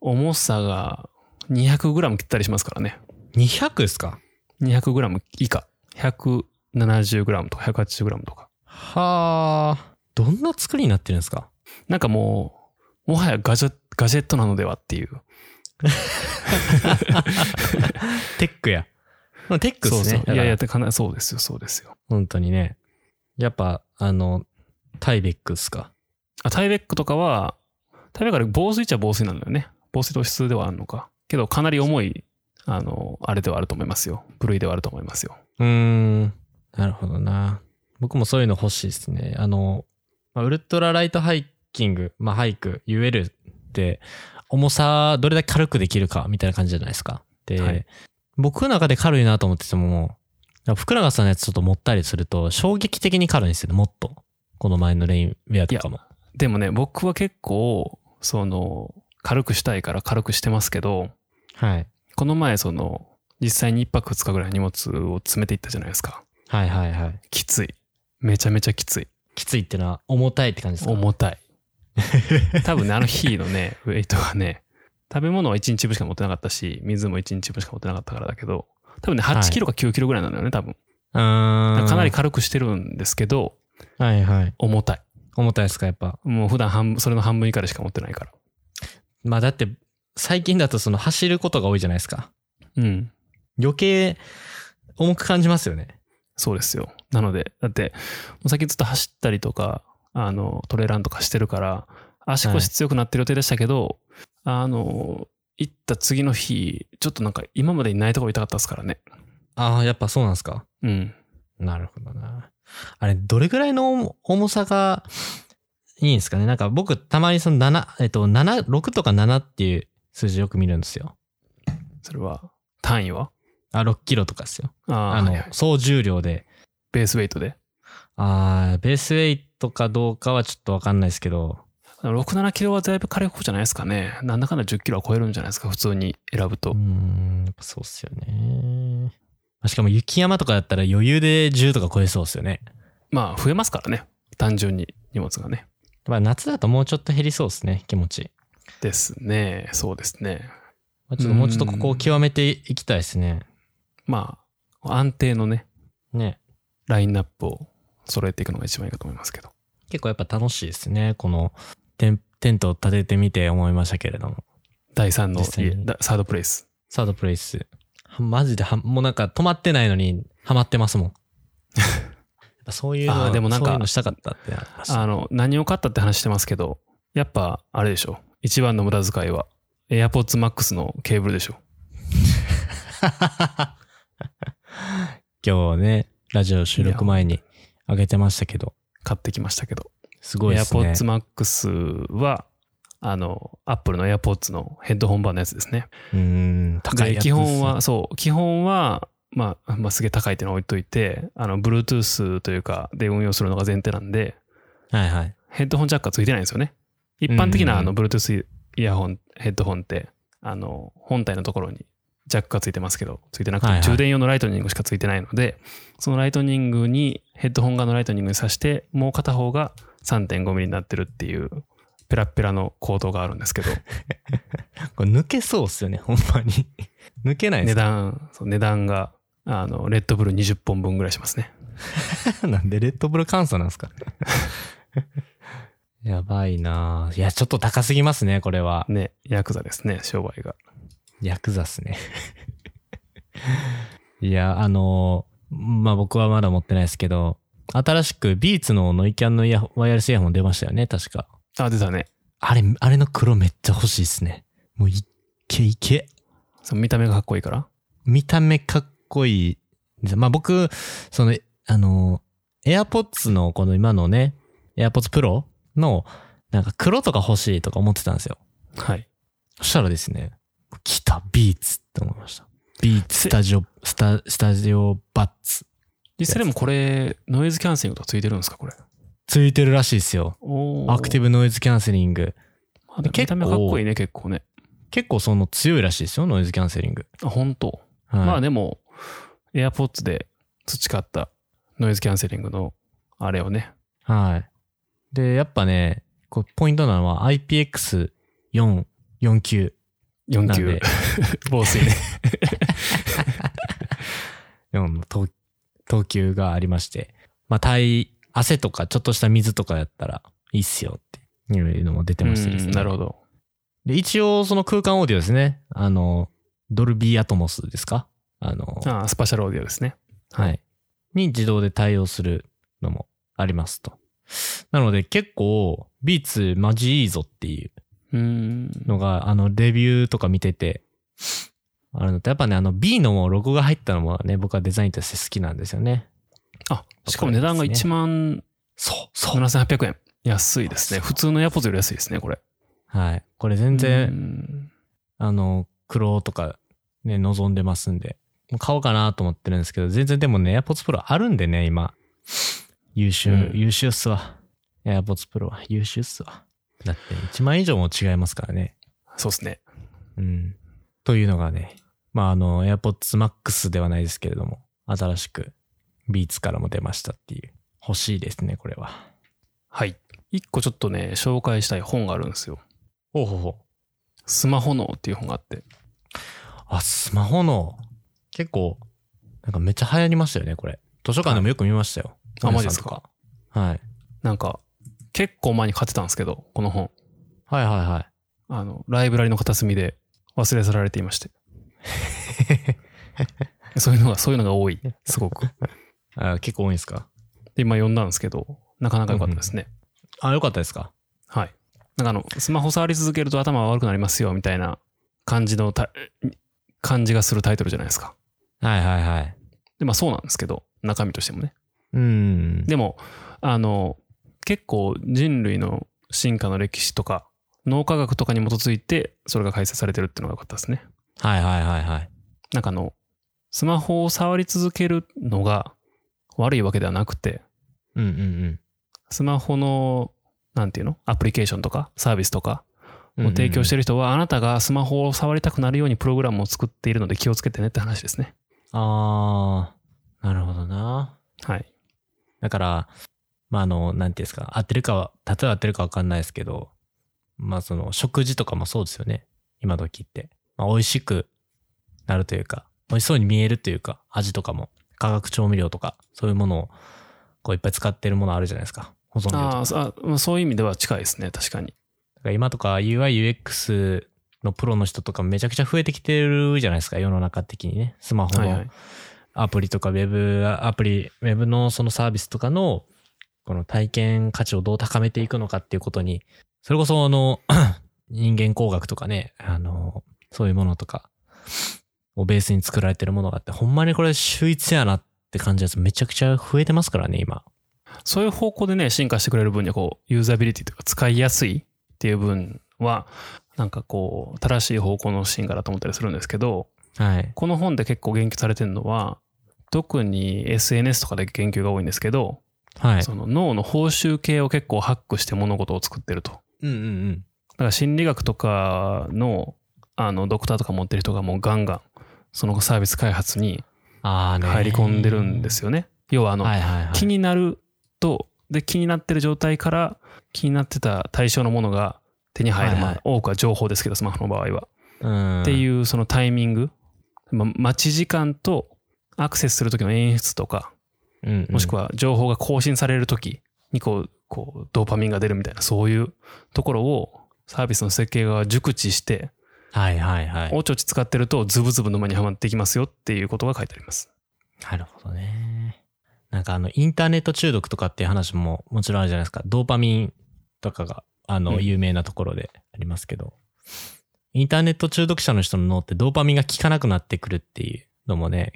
重さが 200g 切ったりしますからね。 200ですか 200g 以下。170g とか 180g とか。はあ。どんな作りになってるんですかなんかもう、もはやガジェガジェットなのではっていう。テックや。まあテックっすね。そうそう。いやいや、だから、てかなそうですよ、そうですよ。本当にね。やっぱ、あの、タイベックっすか。あタイベックとかは、タイベックは防水っちゃ防水なんだよね。防水と質ではあるのか。けど、かなり重い、あの、あれではあると思いますよ。部類ではあると思いますよ。うーん。なるほどな。僕もそういうの欲しいですね。あの、まあ、ウルトラライトハイキング、まあ、ハイク、UL って、重さどれだけ軽くできるかみたいな感じじゃないですか。で、はい僕の中で軽いなと思ってても、福永さんのやつちょっと持ったりすると、衝撃的に軽いんですよね、もっと。この前のレインウェアとかも。でもね、僕は結構、その、軽くしたいから軽くしてますけど、はい。この前、その、実際に1泊2日ぐらい荷物を詰めていったじゃないですか。はいはいはい。きつい。めちゃめちゃきつい。きついってのは重たいって感じですか重 [LAUGHS] たい。多分ね、あの日のね、ウェイトがね、食べ物は1日分しか持ってなかったし、水も1日分しか持ってなかったからだけど、多分ね、はい8キロか9キロぐらいなのよね、多分。うーん。かなり。軽くしてるんですけど、はいはい。重たい。重たいですか、やっぱ。もう普段半分、それの半分以下でしか持ってないから。まあだって最近だとその走ることが多いじゃないですか。うん。余計重く感じますよね。そうですよ。なので、だって、最近ずっと走ったりとか、あの、トレランとかしてるから、足腰強くなってる予定でしたけど、あの、行った次の日、ちょっとなんか今までにないところ痛かったですからね。ああ、やっぱそうなんですか。うん。なるほどな。あれ、どれぐらいの重重さがいいんですかねなんか僕、たまにその7、えっと、7、6とか7っていう数字よく見るんですよ。それは、単位はあ、6キロとかですよ。あああのはいはい、総重量で。ベースウェイトで。あーベースウェイトかどうかはちょっとわかんないですけど、 6、7キロはだいぶ軽い方じゃないですかね。なんだかんだ10キロは超えるんじゃないですか、普通に選ぶと。うーん、やっぱそうっすよね。しかも雪山とかだったら余裕で10とか超えそうっすよね。まあ、増えますからね。単純に荷物がね。まあ夏だともうちょっと減りそうっすね、気持ち。ですね。そうですね。まあちょっともうちょっとここを極めていきたいですね。まあ、安定のね、ね。ラインナップを揃えていくのが一番いいかと思いますけど。結構やっぱ楽しいですね。このテンテントを立ててみて思いましたけれども。第3の実際に、だサードプレイス。サードプレイス。はマジでは、もうなんか止まってないのにハマってますもん。やっぱそういうの、あーでもなんかそういうのしたかったってなりましたあの、何を買ったって話してますけど、やっぱ、あれでしょ。一番の無駄遣いは、AirPods Max のケーブルでしょ。今日ね、ラジオ収録前に上げてましたけど、買ってきましたけど。すごいですね。 AirPods Max は、あの、Apple の AirPods のヘッドホン版のやつですね。うーん、高いでやつ基本は、そう、基本は、まあ、まあ、すげえ高いっていうのは置いといて、あの、Bluetooth というか、で運用するのが前提なんで、はいはい。ヘッドホンジャックはついてないんですよね。一般的うんなあの Bluetooth イヤホン、ヘッドホンって、あの、本体のところにジャックがついてますけど、ついてなくはいて、はい充電用のライトニングしかついてないので、そのライトニングに、ヘッドホン側のライトニングに挿して、もう片方が 3.5mm になってるっていう、ペラッペラのコードがあるんです [LAUGHS] けど、これ抜けそうっすよね、ほんまに。 [LAUGHS] 抜けない値ですか段、そう値段が、あの、レッドブル20本分ぐらいしますね。なんでレッドブル換算なんですか [LAUGHS] やばいなぁいや、ちょっと高すぎますね、これは。ね、ヤクザですね、商売が。ヤクザっすね。 [LAUGHS] いや、あのーまあ、僕はまだ持ってないですけど、新しくビーツのノイキャンのイヤホンワイヤレスイヤホン出ましたよね、確か。あ、出たね。あれ、あれの黒めっちゃ欲しいっすね。もういっけいけ。その見た目がかっこいいから。見た目かっこいいです。まあ僕、その、あの、AirPods のこの今のね、AirPods Pro の、なんか黒とか欲しいとか思ってたんですよ。はい。そしたらですね、来た、ビーツって思いました。ビーツ、スタジオ、スタ、スタジオバッツ。実際でもこれ、ノイズキャンセリングとかついてるんですか、これ。ついてるらしいですよ。おアクティブ。ブノイズキャンセリング。まあでも結見構た目はかっこいいね、結構ね。結構その強いらしいですよ、ノイズキャンセリング。あ、本当。はい、まあでも、AirPods で培ったノイズキャンセリングのあれをね。はい。で、やっぱね、こうポイントなのは IPX449。 4なん級で。防水ね。 4の投投球がありまして、まあ、体、汗とかちょっとした水とかやったらいいっすよっていうのも出てましたですう [LAUGHS] ね。んなるほど。で、一応その空間オーディオですね。あの、ドルビーアトモスですかあの、ああスパシャルオーディオですね。はい。に自動で対応するのもありますと。なので結構、ビーツマジいいぞっていううーん。のが、あの、レビューとか見てて、あれのとやっぱね、あの B のロゴが入ったのもね、僕はデザインとして好きなんですよね。あ、しかも値段が1万そう、そう。 7800円。安いですね。そう普通の AirPods より安いですね、これ。はい。これ全然、然。あの、苦労とかね、望んでますんで、もう買おうかなと思ってるんですけど、全然でもね、AirPods Pro あるんでね、今。優秀、うん優秀っすわ。AirPods Pro は優秀っすわ。だって1万以上も違いますからね。そうですね。うん。というのがね、まああの、AirPods Max ではないですけれども、新しく Beats からも出ましたっていう。欲しいですね、これは。はい。一個ちょっとね、紹介したい本があるんですよ。ほうほうほう。スマホ脳っていう本があって。あ、スマホの、結構、なんかめっちゃ流行りましたよね、これ。図書館でもよく見ましたよ。あママジジでですすかかはい。なんか、結構前に買ってたんですけど、この本。はいはいはあの、ライブラリの片隅で忘れ去られていまして。そういうのが、そういうのが多い。すごく。で、い。あ結構多いんですか今読んだんですけど、なかなか良かったですね。あ、よかったですかはい。なんかあの、スマホ触り続けると頭が悪くなりますよ、みたいな感じのた、感じがするタイトルじゃないですか。はいはいはい。で、まあそうなんですけど、中身としてもね。うん。でも、あの、結構人類の進化の歴史とか、脳科学とかに基づいて、それが解説されてるっていうのが良かったですね。はいはいはいはい。なんかあの、スマホを触り続けるのが悪いわけではなくて、うんうんスマホの、なんていうのアプリケーションとかサービスとかうをん。提供してる。る人は、あなたがスマホを触りたくなるようにプログラムを作っているので気をつけてねって話ですね。あー、なるほどな。はい。だから、まあ、あの、なんていうんですか、合ってるかは、例えば合ってるかわかんないですけど、まあ、その、食事とかもそうですよね。今時って。まあ、美味しくなるというか、美味しそうに見えるというか、味とかも、化学調味料とか、そういうものを、こう、いっぱい使ってるものあるじゃないですか。保存料とか。あーそあ、まあそういう意味では近いですね、確かに。だから今とか UIUX のプロの人とかめちゃくちゃ増えてきてるじゃないですか、世の中的にね。スマホはいはのい。アプリとか、ウェブアプリ、ウェブのそのサービスとかの、この体験価値をどう高めていくのかっていうことに、それこそあの、 [CLEARS THROAT] 人間工学とかね、あの、そういうものとかをベースに作られてるものがあって、ほんまにこれ秀逸やなって感じのやつめちゃくちゃ増えてますからね、今。そういう方向でね、進化してくれる分には、こう、ユーザビリティというか使いやすいっていう分は、なんかこう、正しい方向の進化だと思ったりするんですけど、はい。この本で結構言及されてるのは、特に SNS とかで言及が多いんですけど、はい。その脳の報酬系を結構ハックして物事を作ってると。だうんうんうん。から心理学とかの、あの、ドクターとか持ってる人がもうガンガン、そのサービス開発にああね。入り込んでるんですよ。よね。要はあの、はいはいはい。気になると、で、気になってる状態から、気になってた対象のものが手に入る、はいはいまあ多くは情報ですけど、スマホの場合は。っ。っていううそのタイミング、ま、待ち時間とアクセスする時の演出とかもしくは。は情報が更新される時にこうこうドーパミンが出るみたいなそういうところをサービスの設計側が熟知してはいはいはい。おちょち使ってるとズブズブ沼にはまっていきますよっていうことが書いてあります。なるほどね。なんかあの、インターネット中毒とかっていう話ももちろんあるじゃないですか。ドーパミンとかが、あうの、ん有名なところでありますけど、インターネット中毒者の人の脳ってドーパミンが効かなくなってくるっていうのもね、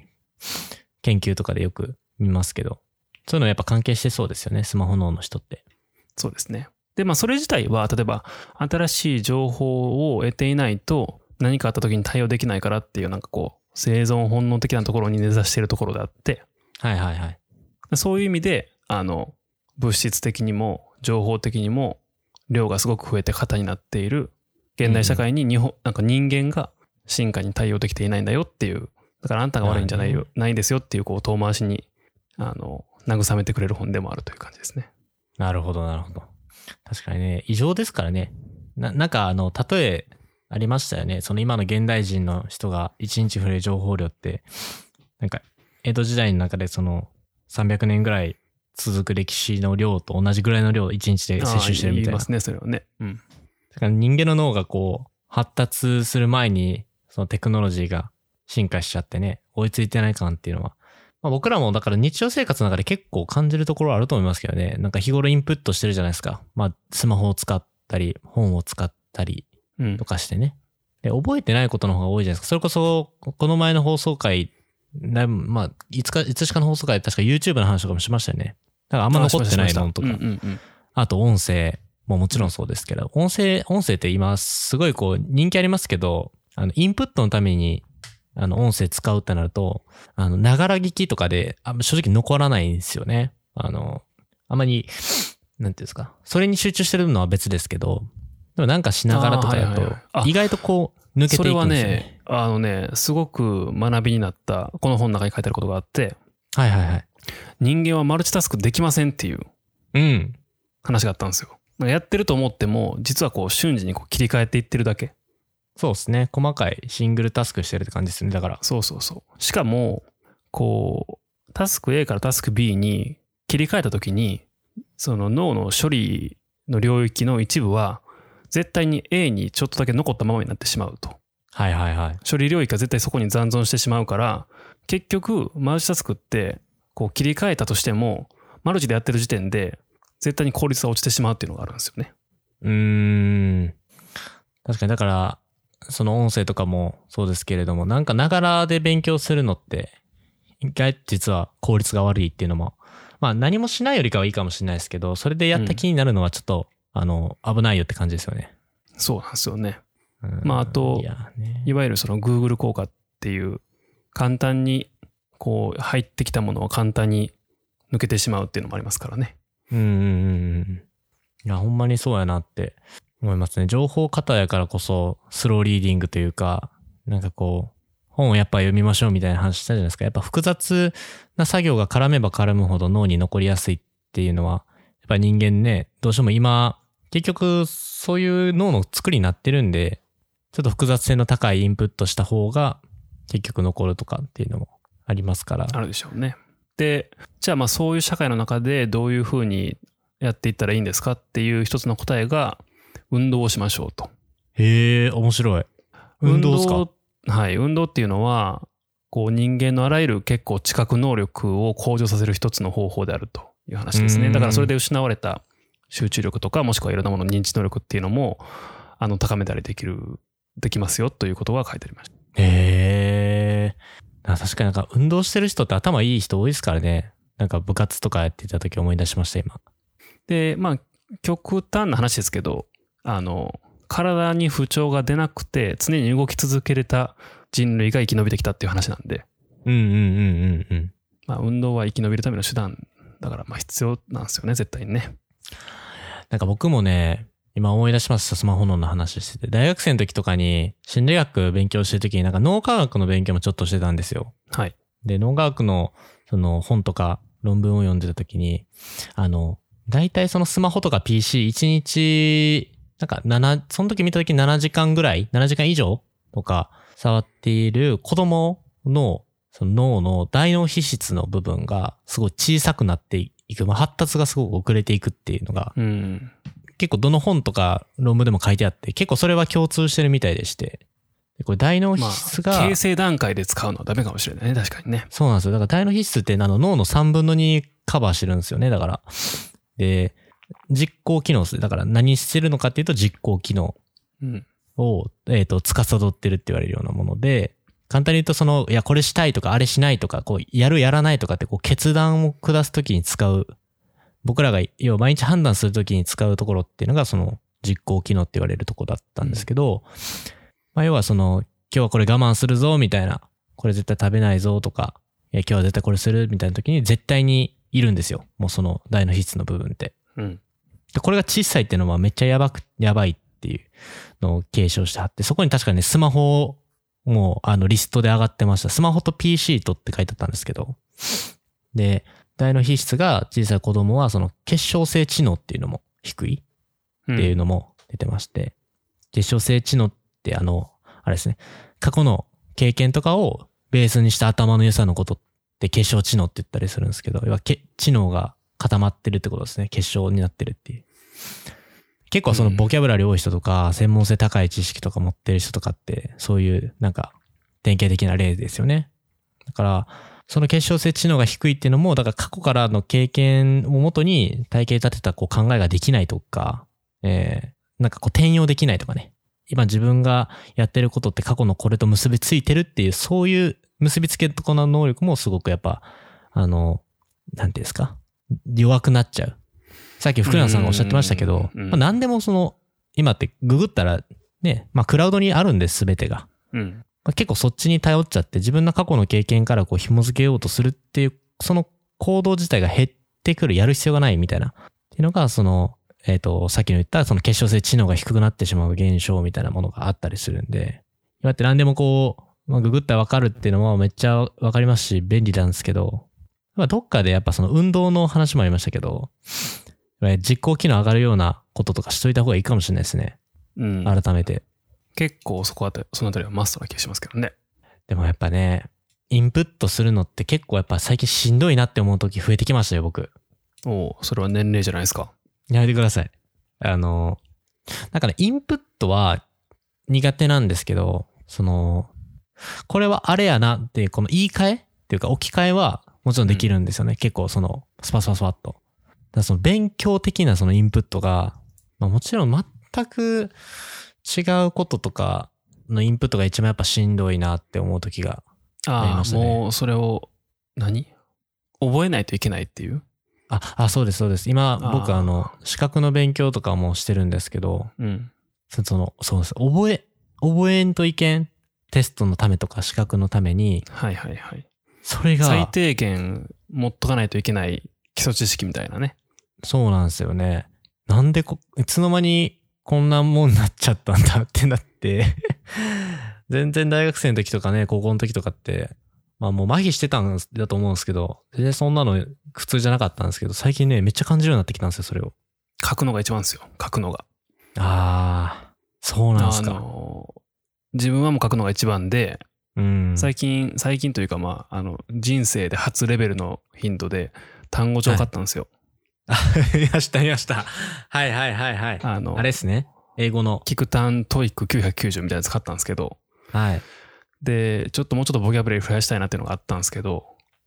研究とかでよく見ますけど、そういうのやっぱ関係してそうですよね、スマホ脳の人って。そうですね。で、まあ、それ自体は、例えば、新しい情報を得ていないと、何かあった時に対応できないからっていう、なんかこう、生存本能的なところに根ざしているところであって、はいはいはい。そういう意味で、あの、物質的にも、情報的にも、量がすごく増えて型になっている、現代社会に日本、なんか人間が進化に対応できていないんだよっていう、だからあんたが悪いんじゃないなるよ、ないんですよっていう、こう、遠回しに、あの、慰めてくれる本でもあるという感じですね。なるほど、なるほど。確かにね、異常ですからね。な、なんかあの、例えありましたよね。その今の現代人の人が1日触れる情報量って、なんか、江戸時代の中でその300年ぐらい続く歴史の量と同じぐらいの量を1日で摂取してるみたあー言いな。いますね、それはね。うん。だから人間の脳がこう、発達する前に、そのテクノロジーが進化しちゃってね、追いついてない感っていうのは、まあ、僕らもだから日常生活の中で結構感じるところあると思いますけどね、なんか日頃インプットしてるじゃないですか。まあ、スマホを使ったり、本を使ったりうんと、かしてね。で、覚えてないことの方が多いじゃないですか。それこそ、この前の放送回、なまあ、いつか、いつしかの放送回、確か YouTube の話とかもしましたよね。だからあんま残ってないものとかうん。うんうんあと音声ももちろんそうですけど、音声、音声って今すごいこう人気ありますけど、あの、インプットのために、あの、音声使うってなると、あの、ながら聞きとかで、あんま正直残らないんですよね。あの、あんまり、なんていうんですか、それに集中してるのは別ですけど、でもなんかしながらとかだあーはいはいはいあと、意外とこう、抜けそてれいくはんですよね。ね、あのね、すごく学びになった、この本の中に書いてあることがあって、はいはいはい。人間はマルチタスクできませんっていううん。話があったんですよ。なんかやってると思っても、実はこう瞬時にこう切り替えていってるだけ。そうですね。細かいシングルタスクしてるって感じですね。だから。そうそうそう。しかも、こう、タスク A からタスク B に切り替えた時に、その脳の処理の領域の一部は、絶対に A にちょっとだけ残ったままになってしまうと。はいはいはい。処理領域が絶対そこに残存してしまうから結局マルチタスクってこう切り替えたとしてもマルチでやってる時点で絶対に効率が落ちてしまうっていうのがあるんですよね。うーん。確かに、だから、その音声とかもそうですけれども、なんかながらで勉強するのって、一回実は効率が悪いっていうのも、まあ何もしないよりかはいいかもしれないですけど、それでやった気になるのはちょっと、あの、危ないよって感じですよね。そうなんですよね。うんまああといやねいわゆるその Google 効果っていう簡単にこう入ってきたものを簡単に抜けてしまうっていうのもありますからね。うんうんうんうん。いや、ほんまにそうやなって思いますね。情報型やからこそ、スローリーディングというか、なんかこう、本をやっぱ読みましょうみたいな話したじゃないですか。やっぱ複雑な作業が絡めば絡むほど脳に残りやすいっていうのは、やっぱ人間ね、どうしても今、結局そういう脳の作りになってるんで、ちょっと複雑性の高いインプットした方が結局残るとかっていうのもありますから。あるでしょうね。で、じゃあまあそういう社会の中でどういうふうにやっていったらいいんですかっていう一つの答えが運動をしましょうと。へえ、面白い。運動ですかはい、運動っていうのはこう人間のあらゆる結構知覚能力を向上させる一つの方法であるという話ですうね。んだからそれで失われた集中力とかもしくはいろんなものの認知能力っていうのもあの高めたりできるできますよということが書いてありました。へえ。あ確かになんか運動してる人って頭いい人多いですからね。なんか部活とかやってた時思い出しました今。でまあ極端な話ですけどあの体に不調が出なくて常に動き続けれた人類が生き延びてきたっていう話なんで、うんうんうんうんうん。まあ、運動は生き延びるための手段だからまあ必要なんですよね絶対にね。なんか僕もね、今思い出しましたスマホ脳の話してて。大学生の時とかに心理学勉強してる時になんか脳科学の勉強もちょっとしてたんですよ。はい。で、脳科学の、その本とか論文を読んでた時に、あの、大体そのスマホとか PC1 日、なんか7、その時見た時7時間ぐらい、7時間以上とか触っている子供の、その脳の大脳皮質の部分がすごい小さくなっていく、まあ、発達がすごく遅れていくっていうのが、うん。結構どの本とか論文でも書いてあって、結構それは共通してるみたいでして、でこれ大脳皮ま質が、あ、形成段階で使うのはダメかもしれないね、確かにね。そうなんですよ。だから大脳皮質ってあの脳の3分の2カバーしてるんですよね。だから。で、実行機能ですね。だから何してるのかっていうと実行機能うん。を、えっ、と、司ってるって言われるようなもので、簡単に言うとその、いや、これしたいとか、あれしないとか、こう、やるやらないとかって、こう、決断を下すときに使う、僕らが、要は毎日判断するときに使うところっていうのが、その、実行機能って言われるとこだったんですけど、まあ、要はその、今日はこれ我慢するぞ、みたいな、これ絶対食べないぞとか、いや、今日は絶対これする、みたいなときに、絶対にいるんですよ。もうその、大の筆の部分って。うん。で、これが小さいっていうのはめっちゃやばく、やばいっていうのを継承してはって、そこに確かね、スマホもあのリストで上がってました。スマホと PC とって書いてあったんですけど。で、大脳皮質が小さい子供はその結晶性知能っていうのも低いうんっていうのも出てまして、結晶性知能ってあの、あれですね、過去の経験とかをベースにした頭の良さのことって結晶知能って言ったりするんですけど、要はけ知能が固まってるってことですね。結晶になってるっていう。結構そのうんボキャブラリ多い人とか、専門性高い知識とか持ってる人とかって、そういうなんか典型的な例ですよね。だから、その結晶性知能が低いっていうのも、だから過去からの経験をもとに体系立てたこう考えができないとか、えーなんかこう転用できないとかね。今自分がやってることって過去のこれと結びついてるっていう、そういう結びつけとこの能力もすごくやっぱ、あの、なんていうんですか弱くなっちゃう。さっき福永さんがおっしゃってましたけど、うんうんまあ、何でもその、今ってググったらね、まあクラウドにあるんです、全てが。うん。まあ、結構そっちに頼っちゃって自分の過去の経験からこう紐付けようとするっていうその行動自体が減ってくるやる必要がないみたいなっていうのがそのえっ、とさっきの言ったその結晶性知能が低くなってしまう現象みたいなものがあったりするんで今って何でもこう、まあ、ググったらわかるっていうのはめっちゃわかりますし便利なんですけど、まあ、どっかでやっぱその運動の話もありましたけどえー実行機能上がるようなこととかしといた方がいいかもしれないですねうん、改めて結構そこあたり、そのあたりはマストな気がしますけどね。でもやっぱね、インプットするのって結構やっぱ最近しんどいなって思う時増えてきましたよ、僕。おお、それは年齢じゃないですか。やめてください。あの、だからインプットは苦手なんですけど、その、これはあれやなっていう、この言い換えっていうか置き換えはもちろんできるんですよね。結構その、スパスパスパッと。だからその勉強的なそのインプットが、まあもちろん全く違うこととか、のインプットが一番やっぱしんどいなって思う時が。あありまあ、したねもうそれを何覚えないといけないっていうあ、あ、そうです、そうです。今、あー僕、あの、資格の勉強とかもしてるんですけど、うんそその、そうです。覚え、覚えんといけん。テストのためとか資格のために、はいはいはいそれが、最低限持っとかないといけない基礎知識みたいなねそうなんですよね。なんでこ、いつの間にこんなもんなっちゃったんだってなって、 [LAUGHS] 全然大学生の時とかね、高校の時とかって、まあもう麻痺してたんだと思うんですけど、全然そんなの苦痛じゃなかったんですけど、最近ね、めっちゃ感じるようになってきたんですよ、それを。書くのが一番ですよ書くのがああ、そうなんであすか。の自分はもう書くのが一番で、うん。最近最近というかまああの人生で初レベルの頻度で単語帳買ったんですよ、あ、見ました、見ました。はいはいはいはい。あのあれですね。英語の。キクタントイック990みたいなやつ買ったんですけどはい。でちょっともうちょっとボキャブラリー増やしたいなっていうのがあったんですけど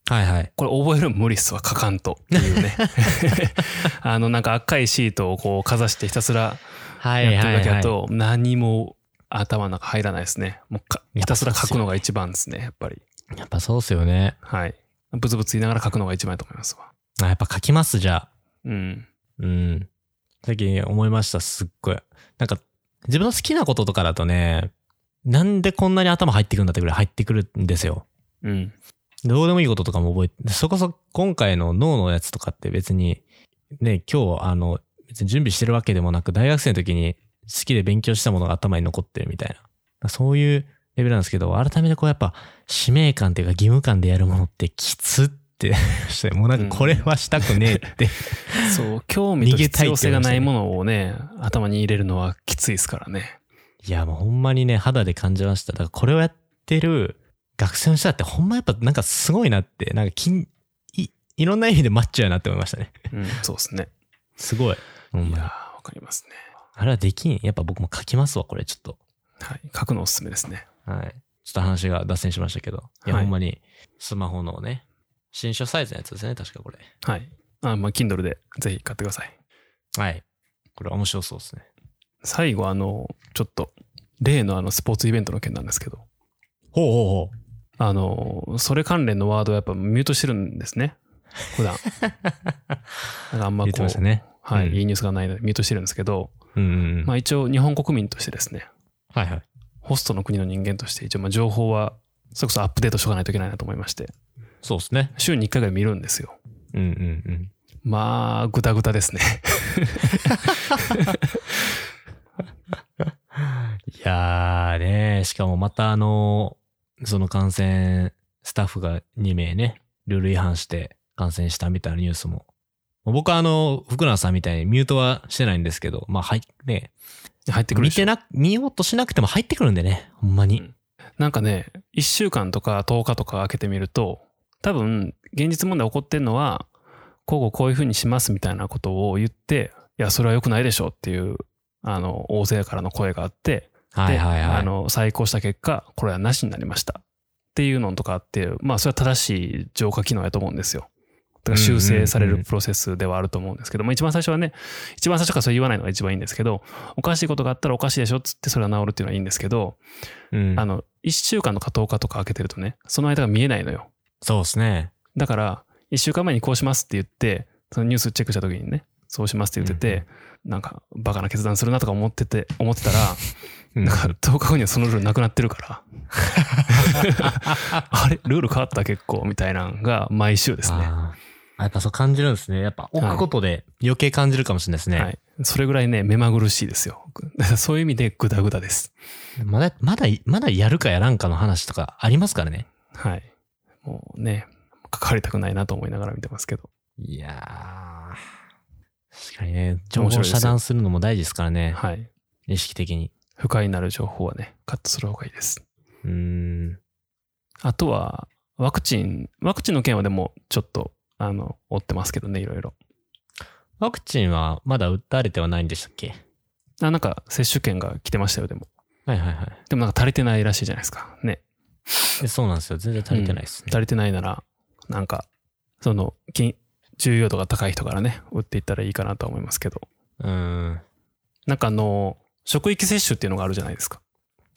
はいはい。これ覚えるの無理っすわ書かんとっていう [LAUGHS] ねあのなんか赤いシートをこうかざしてひたすらはやいってはるだいけはだい。と何も頭の中入らないですねもうかやひたすらそうっすよ書くねのが一番ですねやっぱりやっぱそうっすよね。はいブツブツ言いながら書くのが一番やと思いますわあやっぱ書きます、じゃあ。うんうん。最近思いました、すっごい。なんか、自分の好きなこととかだとね、なんでこんなに頭入ってくるんだってぐらい入ってくるんですよ。うんどうでもいいこととかも覚えて、そこそこ今回の脳のやつとかって別に、ね、今日、あの、別に準備してるわけでもなく、大学生の時に好きで勉強したものが頭に残ってるみたいな。そういうレベルなんですけど、改めてこうやっぱ使命感っていうか義務感でやるものってきつってして、 [LAUGHS] もうなんかこれはしたくねえ [LAUGHS] って。そう興味と逃げた必いって言要性がいましたねないものをね頭に入れるのはきついですからねいや、もうほんまにね、肌で感じました。だからこれをやってる学生の人だってほんまやっぱなんかすごいなって、なんかきんい、いろんな意味でマッチョやなって思いましたね。 [LAUGHS] うんそうですねすごい。ほんいまやーにわかりますねあれはできん。やっぱ僕も書きますわ、これちょっと。はい書くのおすすめですねはい。ちょっと話が脱線しましたけど。いや、はいほんまに、スマホのね、新書サイズのやつですね、確かこれ。はいあまあ Kindle でぜひ買ってくださいはい。これ面白そうですね。最後あのちょっと例のあのスポーツイベントの件なんですけどほうほうほう。あのそれ関連のワードはやっぱミュートしてるんですね普 [LAUGHS] 段なんかあんまこ言ってましう、たね。はいうんいいニュースがないのでミュートしてるんですけど、うんうんうん。まはあ、一応日本国民としてですねいはい。ホストの国の人間として一応まあ情報はそれこそアップデートしとかないといけないなと思いましてそうですね。週に1回ぐらい見るんですようんうんうん。まあグダグダですね [LAUGHS] いやーね、しかもまたあの、その感染、スタッフが2名ね、ルール違反して感染したみたいなニュースも。僕はあの、福永さんみたいにミュートはしてないんですけど、まあ、はい、ね、入ってくる見でしてょな、見ようとしなくても入ってくるんでね、ほんまに。うんなんかね1週間とか10日とか開けてみると多分現実問題起こってんのはこうこうこういうふうにしますみたいなことを言っていやそれは良くないでしょうっていうあの大勢からの声があってはいはいではあい。の再考した結果これはなしになりましたっていうのとかあってまあそれは正しい浄化機能やと思うんですよ。だから修正されうんうんうんうるんプロセスではあると思うんですけど、まあ一番最初はね一番最初からそれ言わないのが一番いいんですけどおかしいことがあったらおかしいでしょっつってそれは治るっていうのはいいんですけどうんあの、1週間とか10日とか開けてるとね、その間が見えないのよ。そうですね。だから、1週間前にこうしますって言って、そのニュースチェックした時にね、そうしますって言ってて、なんか、バカな決断するなとか思ってて、思ってたら、 [LAUGHS] うんなんか10日後にはそのルールなくなってる [LAUGHS] から、あれルール変わった結構、みたいなのが毎週ですね。あーやっぱそう感じるんですね。やっぱ置くことで余計感じるかもしれないですね。はい。それぐらいね、目まぐるしいですよ。 [LAUGHS] そういう意味でグダグダです。まだ、まだ、まだやるかやらんかの話とかありますからね。はい。もうね、関わりたくないなと思いながら見てますけど。いやー。確かにね、情報を遮断するのも大事ですからね。はい。意識的に。不快になる情報はね、カットする方がいいです。うーん。あとは、ワクチン、ワクチンの件はでも、ちょっと、あの、追ってますけどね、いろいろ。ワクチンはまだ打たれてはないんでしたっけあ、なんか、接種券が来てましたよ、でも。はいはいはいでもなんか足りてないらしいじゃないですか。ね。で。そうなんですよ。全然足りてないですね。足りてないなら、なんか、その、緊重要度が高い人からね、打っていったらいいかなとは思いますけど。うーん。なんかあの、職域接種っていうのがあるじゃないですか。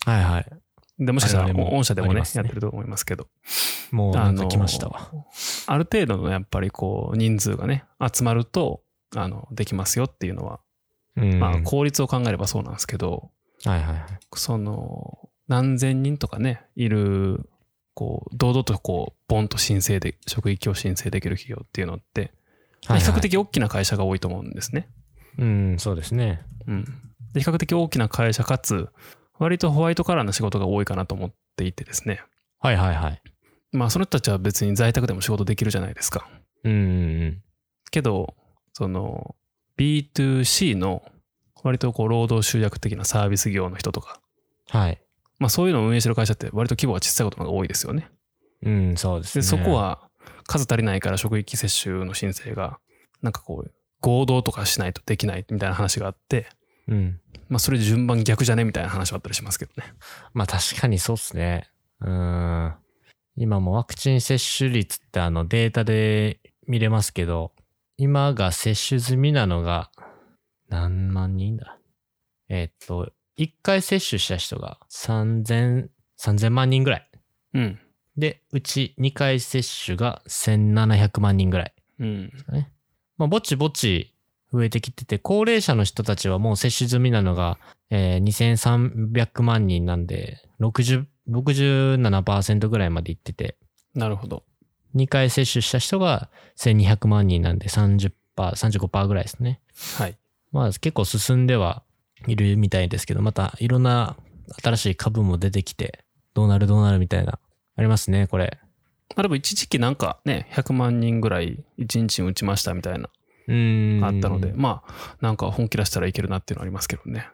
はいはい。でもしかしたあられも御社でもありねますねやってると思いますけどもうなんか来ましたわ。ある程度のやっぱりこう人数がね集まるとあのできますよっていうのは、うんまあ、効率を考えればそうなんですけどはいはいはい。その何千人とかねいるこう堂々とこうボンと申請で職域を申請できる企業っていうのって、まあはいはい比較。的大きな会社が多いと思うんですね。うん、そうですね。うん、で比較的大きな会社かつ割とホワイトカラーの仕事が多いかなと思っていてですねはいはいはい。まあその人たちは別に在宅でも仕事できるじゃないですかうんうんけどその B2C の割とこう労働集約的なサービス業の人とか、うん。はい。まあ、そういうのを運営してる会社って割と規模が小さいことの方が多いですよねうん、そうですでね。そこ、は数足りないから職域接種の申請がなんかこう合同とかしないとできないみたいな話があって、うん。まあ、それ順番逆じゃねみたいな話はあったりしますけどねまあ確かにそうですね。うん。今もワクチン接種率ってあのデータで見れますけど、今が接種済みなのが何万人だえっと、1回接種した人が3000、3000万人ぐらい。うんで、うち2回接種が1700万人ぐらい。うんね。まあ、ぼちぼち増えてきてて、高齢者の人たちはもう接種済みなのが、えー2300万人なんで、60 67%ぐらいまでいってて、なるほど2回接種した人が1200万人なんで30%、35%ぐらいですね。はいまあ結構進んではいるみたいですけど、またいろんな新しい株も出てきて、どうなるどうなるみたいな、ありますね、これ。まあ、でも一時期なんかね100万人ぐらい1日に打ちましたみたいなうーん。あったのでまあなんか本気出したらいけるなっていうのはありますけどね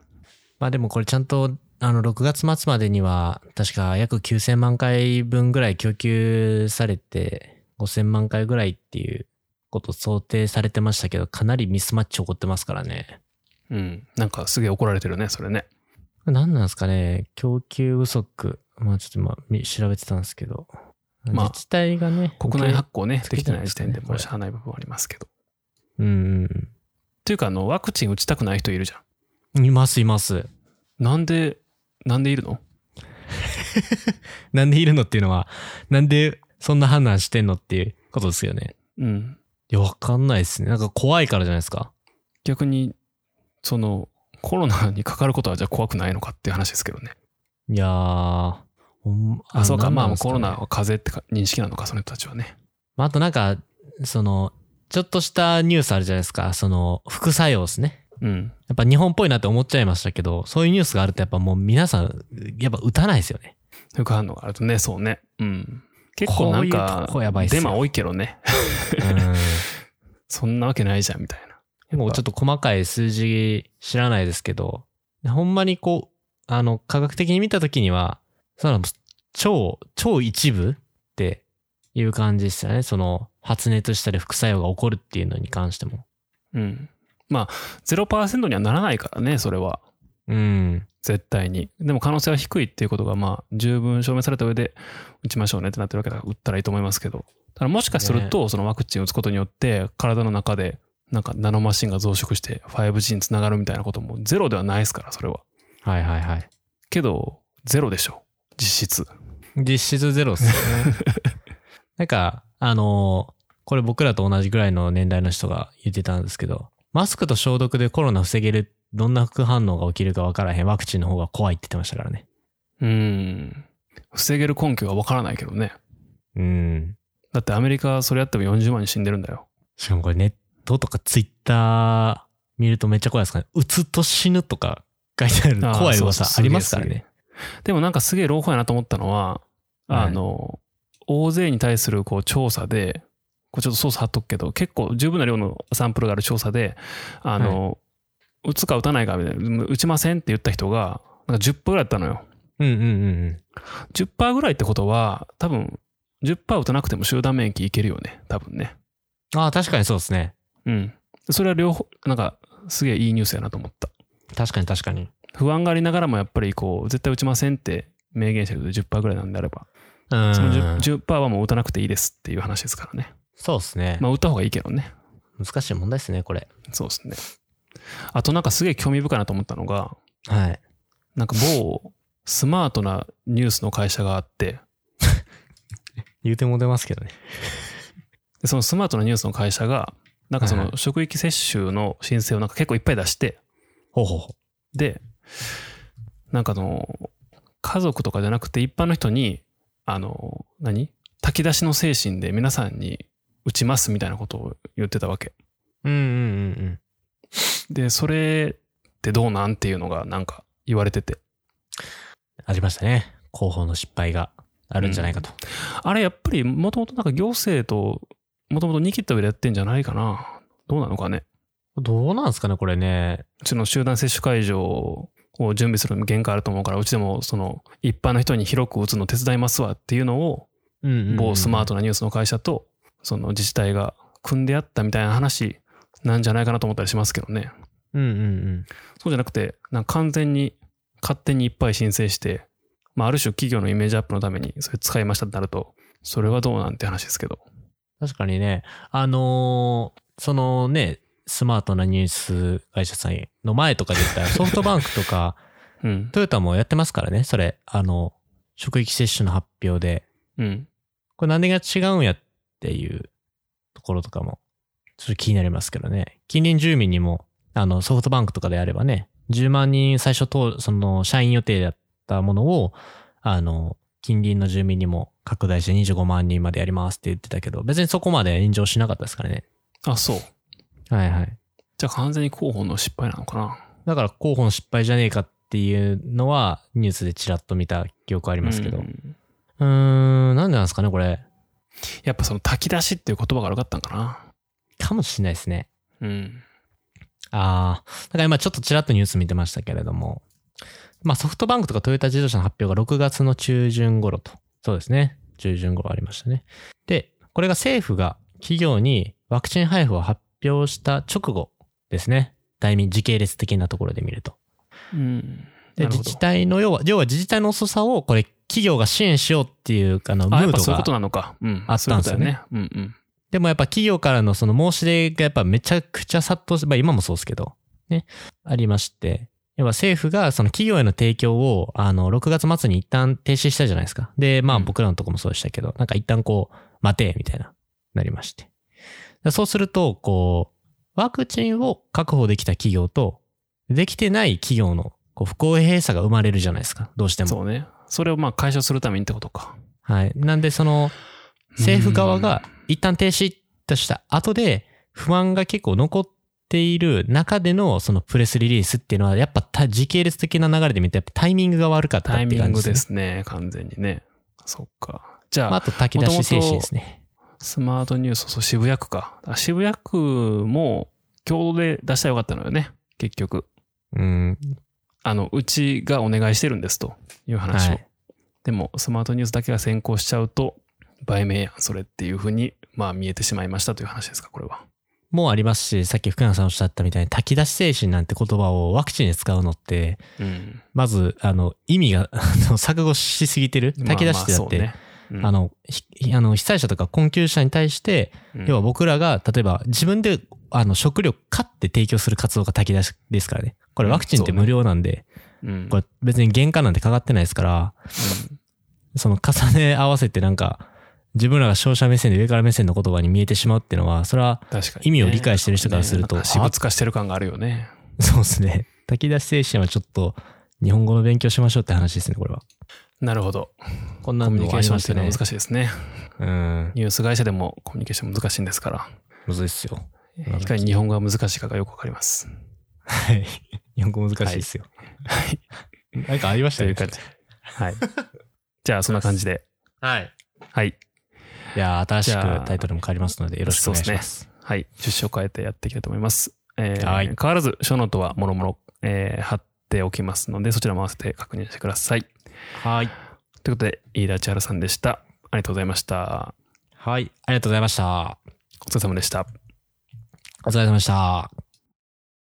まあでもこれちゃんと、あの、6月末までには、確か約9000万回分ぐらい供給されて、5000万回ぐらいっていうこと想定されてましたけど、かなりミスマッチ起こってますからね。うんなんかすげえ怒られてるねそれね何なんですかね、供給不足。まあちょっと今、み調べてたんですけど。まあ自治体がね、国内発行ね受けできてない時点でこもれうしゃあない部分はありますけどっうんていうかあのワクチン打ちたくない人いるじゃうん。います、います。んなんでなんでいるのなんでいるのっていうのは、なんでそんな判断してんのっていうことですよね。うんいや、わかんないですね。なんか怖いからじゃないですか。逆にそのコロナにかかることはじゃあ怖くないのかっていう話ですけどねいやー、ほんあそうかなんまあなんもうすコねロナは風邪ってか認識なのかその人たちはねまああとなんか、その、ちょっとしたニュースあるじゃないですか。その、副作用ですね。うんやっぱ日本っぽいなって思っちゃいましたけど、そういうニュースがあるとやっぱもう皆さん、やっぱ打たないですよ [LAUGHS] ね。副反応があるとね、そうね。うん。結構なんこういうかとこやばいっ、すよデマ多いけどね。 [LAUGHS] そんなわけないじゃん、みたいな。うん。もうちょっと細かい数字知らないですけど、ほんまにこう、あの、科学的に見たときには、その、超、超一部っていう感じでしたね。その、発熱したり副作用が起こるっていうのに関しても。うん。まあ、0%にはならないからね、それは。うん。絶対に。でも可能性は低いっていうことが、まあ、十分証明された上で、打ちましょうねってなってるわけだから、打ったらいいと思いますけど。ただもしかすると、そのワクチンを打つことによって、体の中で、なんかナノマシンが増殖して 5G につながるみたいなこともゼロではないですから、それは。はいはいはい。けど、ゼロでしょ。実質。実質ゼロっす [LAUGHS] よね。なんか、あのーこれ僕らと同じぐらいの年代の人が言ってたんですけど、マスクと消毒でコロナ防げる、どんな副反応が起きるか分からへん、ワクチンの方が怖いって言ってましたからね。うん。防げる根拠がわからないけどね。うん。だってアメリカはそれやっても40万人死んでるんだよ。しかもこれネットとかツイッター見るとめっちゃ怖いですからね。うつと死ぬとか書いてあるあー怖い噂そうそうありますからね。でもなんかすげえ朗報やなと思ったのは、はいあの、大勢に対するこう調査で、これちょっと操作貼っとくけど、結構十分な量のサンプルがある調査で、あの、打つか打たないかみたいな、打ちませんって言った人が、なんか10%ぐらいだったのよ。うんうんうん10%ぐらいってことは、多分、10%打たなくても集団免疫いけるよね。多分ね。うん。ああ、確かにそうですね。うん。それは両方、なんか、すげえいいニュースやなと思った。確かに確かに。不安がありながらもやっぱりこう絶対打ちませんって明言してると10%ぐらいなんであればうんその 10%, 10%はもう打たなくていいですっていう話ですからねそうですね。まあ打った方がいいけどね難しい問題ですね、これ。そうですねあとなんかすげえ興味深いなと思ったのがはい。なんか某スマートなニュースの会社があって、言うても出ますけどね。でそのスマートなニュースの会社が、なんかそはいはの職域接種の申請をなんか結構いっぱい出して、ほうほうほで、なんかあの、家族とかじゃなくて一般の人に、あの、何炊き出しの精神で皆さんに打ちますみたいなことを言ってたわけ。う。うんうんうんうん。で、それってどうなんっていうのがなんか言われてて。ありましたね。広報の失敗があるんじゃないかと。あれやっぱりもともとなんか行政ともともと握った上でやってんじゃないかな。どうなのかね。どうなんですかね、これね。うちの集団接種会場を準備する限界あると思うから、うちでもその一般の人に広く打つの手伝いますわっていうのを、うんうんうん某スマートなニュースの会社とその自治体が組んでやったみたいな話なんじゃないかなと思ったりしますけどね。うんうんうん。そうじゃなくて、なんか完全に勝手にいっぱい申請して、まあ、ある種企業のイメージアップのためにそれ使いましたってなると、それはどうなんて話ですけど。確かにね、あのーそのね、スマートなニュース会社さんの前とかで言った [LAUGHS] ら、ソフトバンクとか、うん。トヨタもやってますからね、それ、あの、職域接種の発表で、うん。これ何が違うんやっていうところとかも、ちょっと気になりますけどね。近隣住民にも、あの、ソフトバンクとかであればね、10万人最初と、その、社員予定だったものを、あの、近隣の住民にも拡大して25万人までやりますって言ってたけど、別にそこまで炎上しなかったですからね。あ、そう。はいはい。じゃあ完全に広報の失敗なのかな。だから、候補の失敗じゃねえかっていうのは、ニュースでちらっと見た記憶ありいますけど。うーん、なんでなんですかね、これ。やっぱその炊き出しっていう言葉が悪かったんかかもしれないですね。な。うん。ああ。だから今ちょっとちらっとニュース見てましたけれども。まあソフトバンクとかトヨタ自動車の発表が6月の中旬頃と。そうですね。中旬頃ありましたね。で、これが政府が企業にワクチン配布を発表した直後ですね。大民時系列的なところで見ると。うん。で、なる自ほど治体の要は、要は自治体の遅さをこれ企業が支援しようっていう、あの、ムあ、やーっドぱそういうがことなのか。うん。あったんですよねそういうことだよね。でもやっぱ企業からのその申し出がやっぱめちゃくちゃ殺到して、まあ今もそうですけど、ね、ありまして、要は政府がその企業への提供を、あの、6月末に一旦停止したじゃないですか。で、まあうん僕らのとこもそうでしたけど、なんか一旦こう、待て、みたいな、なりまして。でそうすると、こう、ワクチンを確保できた企業と、できてない企業のこう不公平さが生まれるじゃないですか。どうしてうん。も。そうね。それをまあ解消するためにってことか。はい。なんで、その、政府側が一旦停止とした後で、不安が結構残っている中での、そのプレスリリースっていうのは、やっぱた時系列的な流れで見て、やっぱタイミングが悪かったっタてイいう感じ。ミングですすね。完全にね。そっか。じゃあ、まあ、あと炊き出し精神ですね。スマートニュース、そう、渋谷区か。あ渋谷区も共同で出したらよかったのよね。結局。うん。あの、うちがお願いしてるんですという話を。はいでも、スマートニュースだけが先行しちゃうと、売名やん、それっていうふうに、まあ見えてしまいましたという話ですか、これは。もうありますし、さっき福永さんおっしゃったみたいに、炊き出し精神なんて言葉をワクチンで使うのって、うん。まず、あの、意味が、あの錯誤しすぎてる。炊き出しってだって、まあまあそうねうんあの、ひあの被災者とか困窮者に対して、うん要は僕らが、例えば自分であの食料買って提供する活動が炊き出しですからね。これうんワクチンって無料なんで、うんこれ別に原価なんてかかってないですから、その重ね合わせてなんか、自分らが消費者目線で上から目線の言葉に見えてしまうっていうのは、それは、 [LAUGHS] 確かにね意味を理解してる人からするとなんか私物化してる感があるよね。そうですね。炊き出し精神はちょっと、日本語の勉強しましょうって話ですね、これは。なるほど。こんなコのミュニケーションっていうのねは。難しいですね。うん。ニュース会社でもコミュニケーション難しいんですから。むずいっすよ。いかに日本語が難しいかがよくわかります。はい。 [LAUGHS] 日本語難しいっすよ。はい。 [LAUGHS] なんかありましとたいうね。感じ。 [LAUGHS] はい。じゃあ、そんな感じで。はい。はい。いやー、新しじゃあくタイトルも変わりますので、よろしくお願いします。はい。出所を変えてやっていきたいと思います。えーはい変わらず、書ノートはもろもろ、えー貼っておきますので、そちらも合わせて確認してください。とはい。いうことで、飯田千春さんでした。ありがとうございました。はい。ありがとうございました。お疲れ様でした。お疲れ様でした。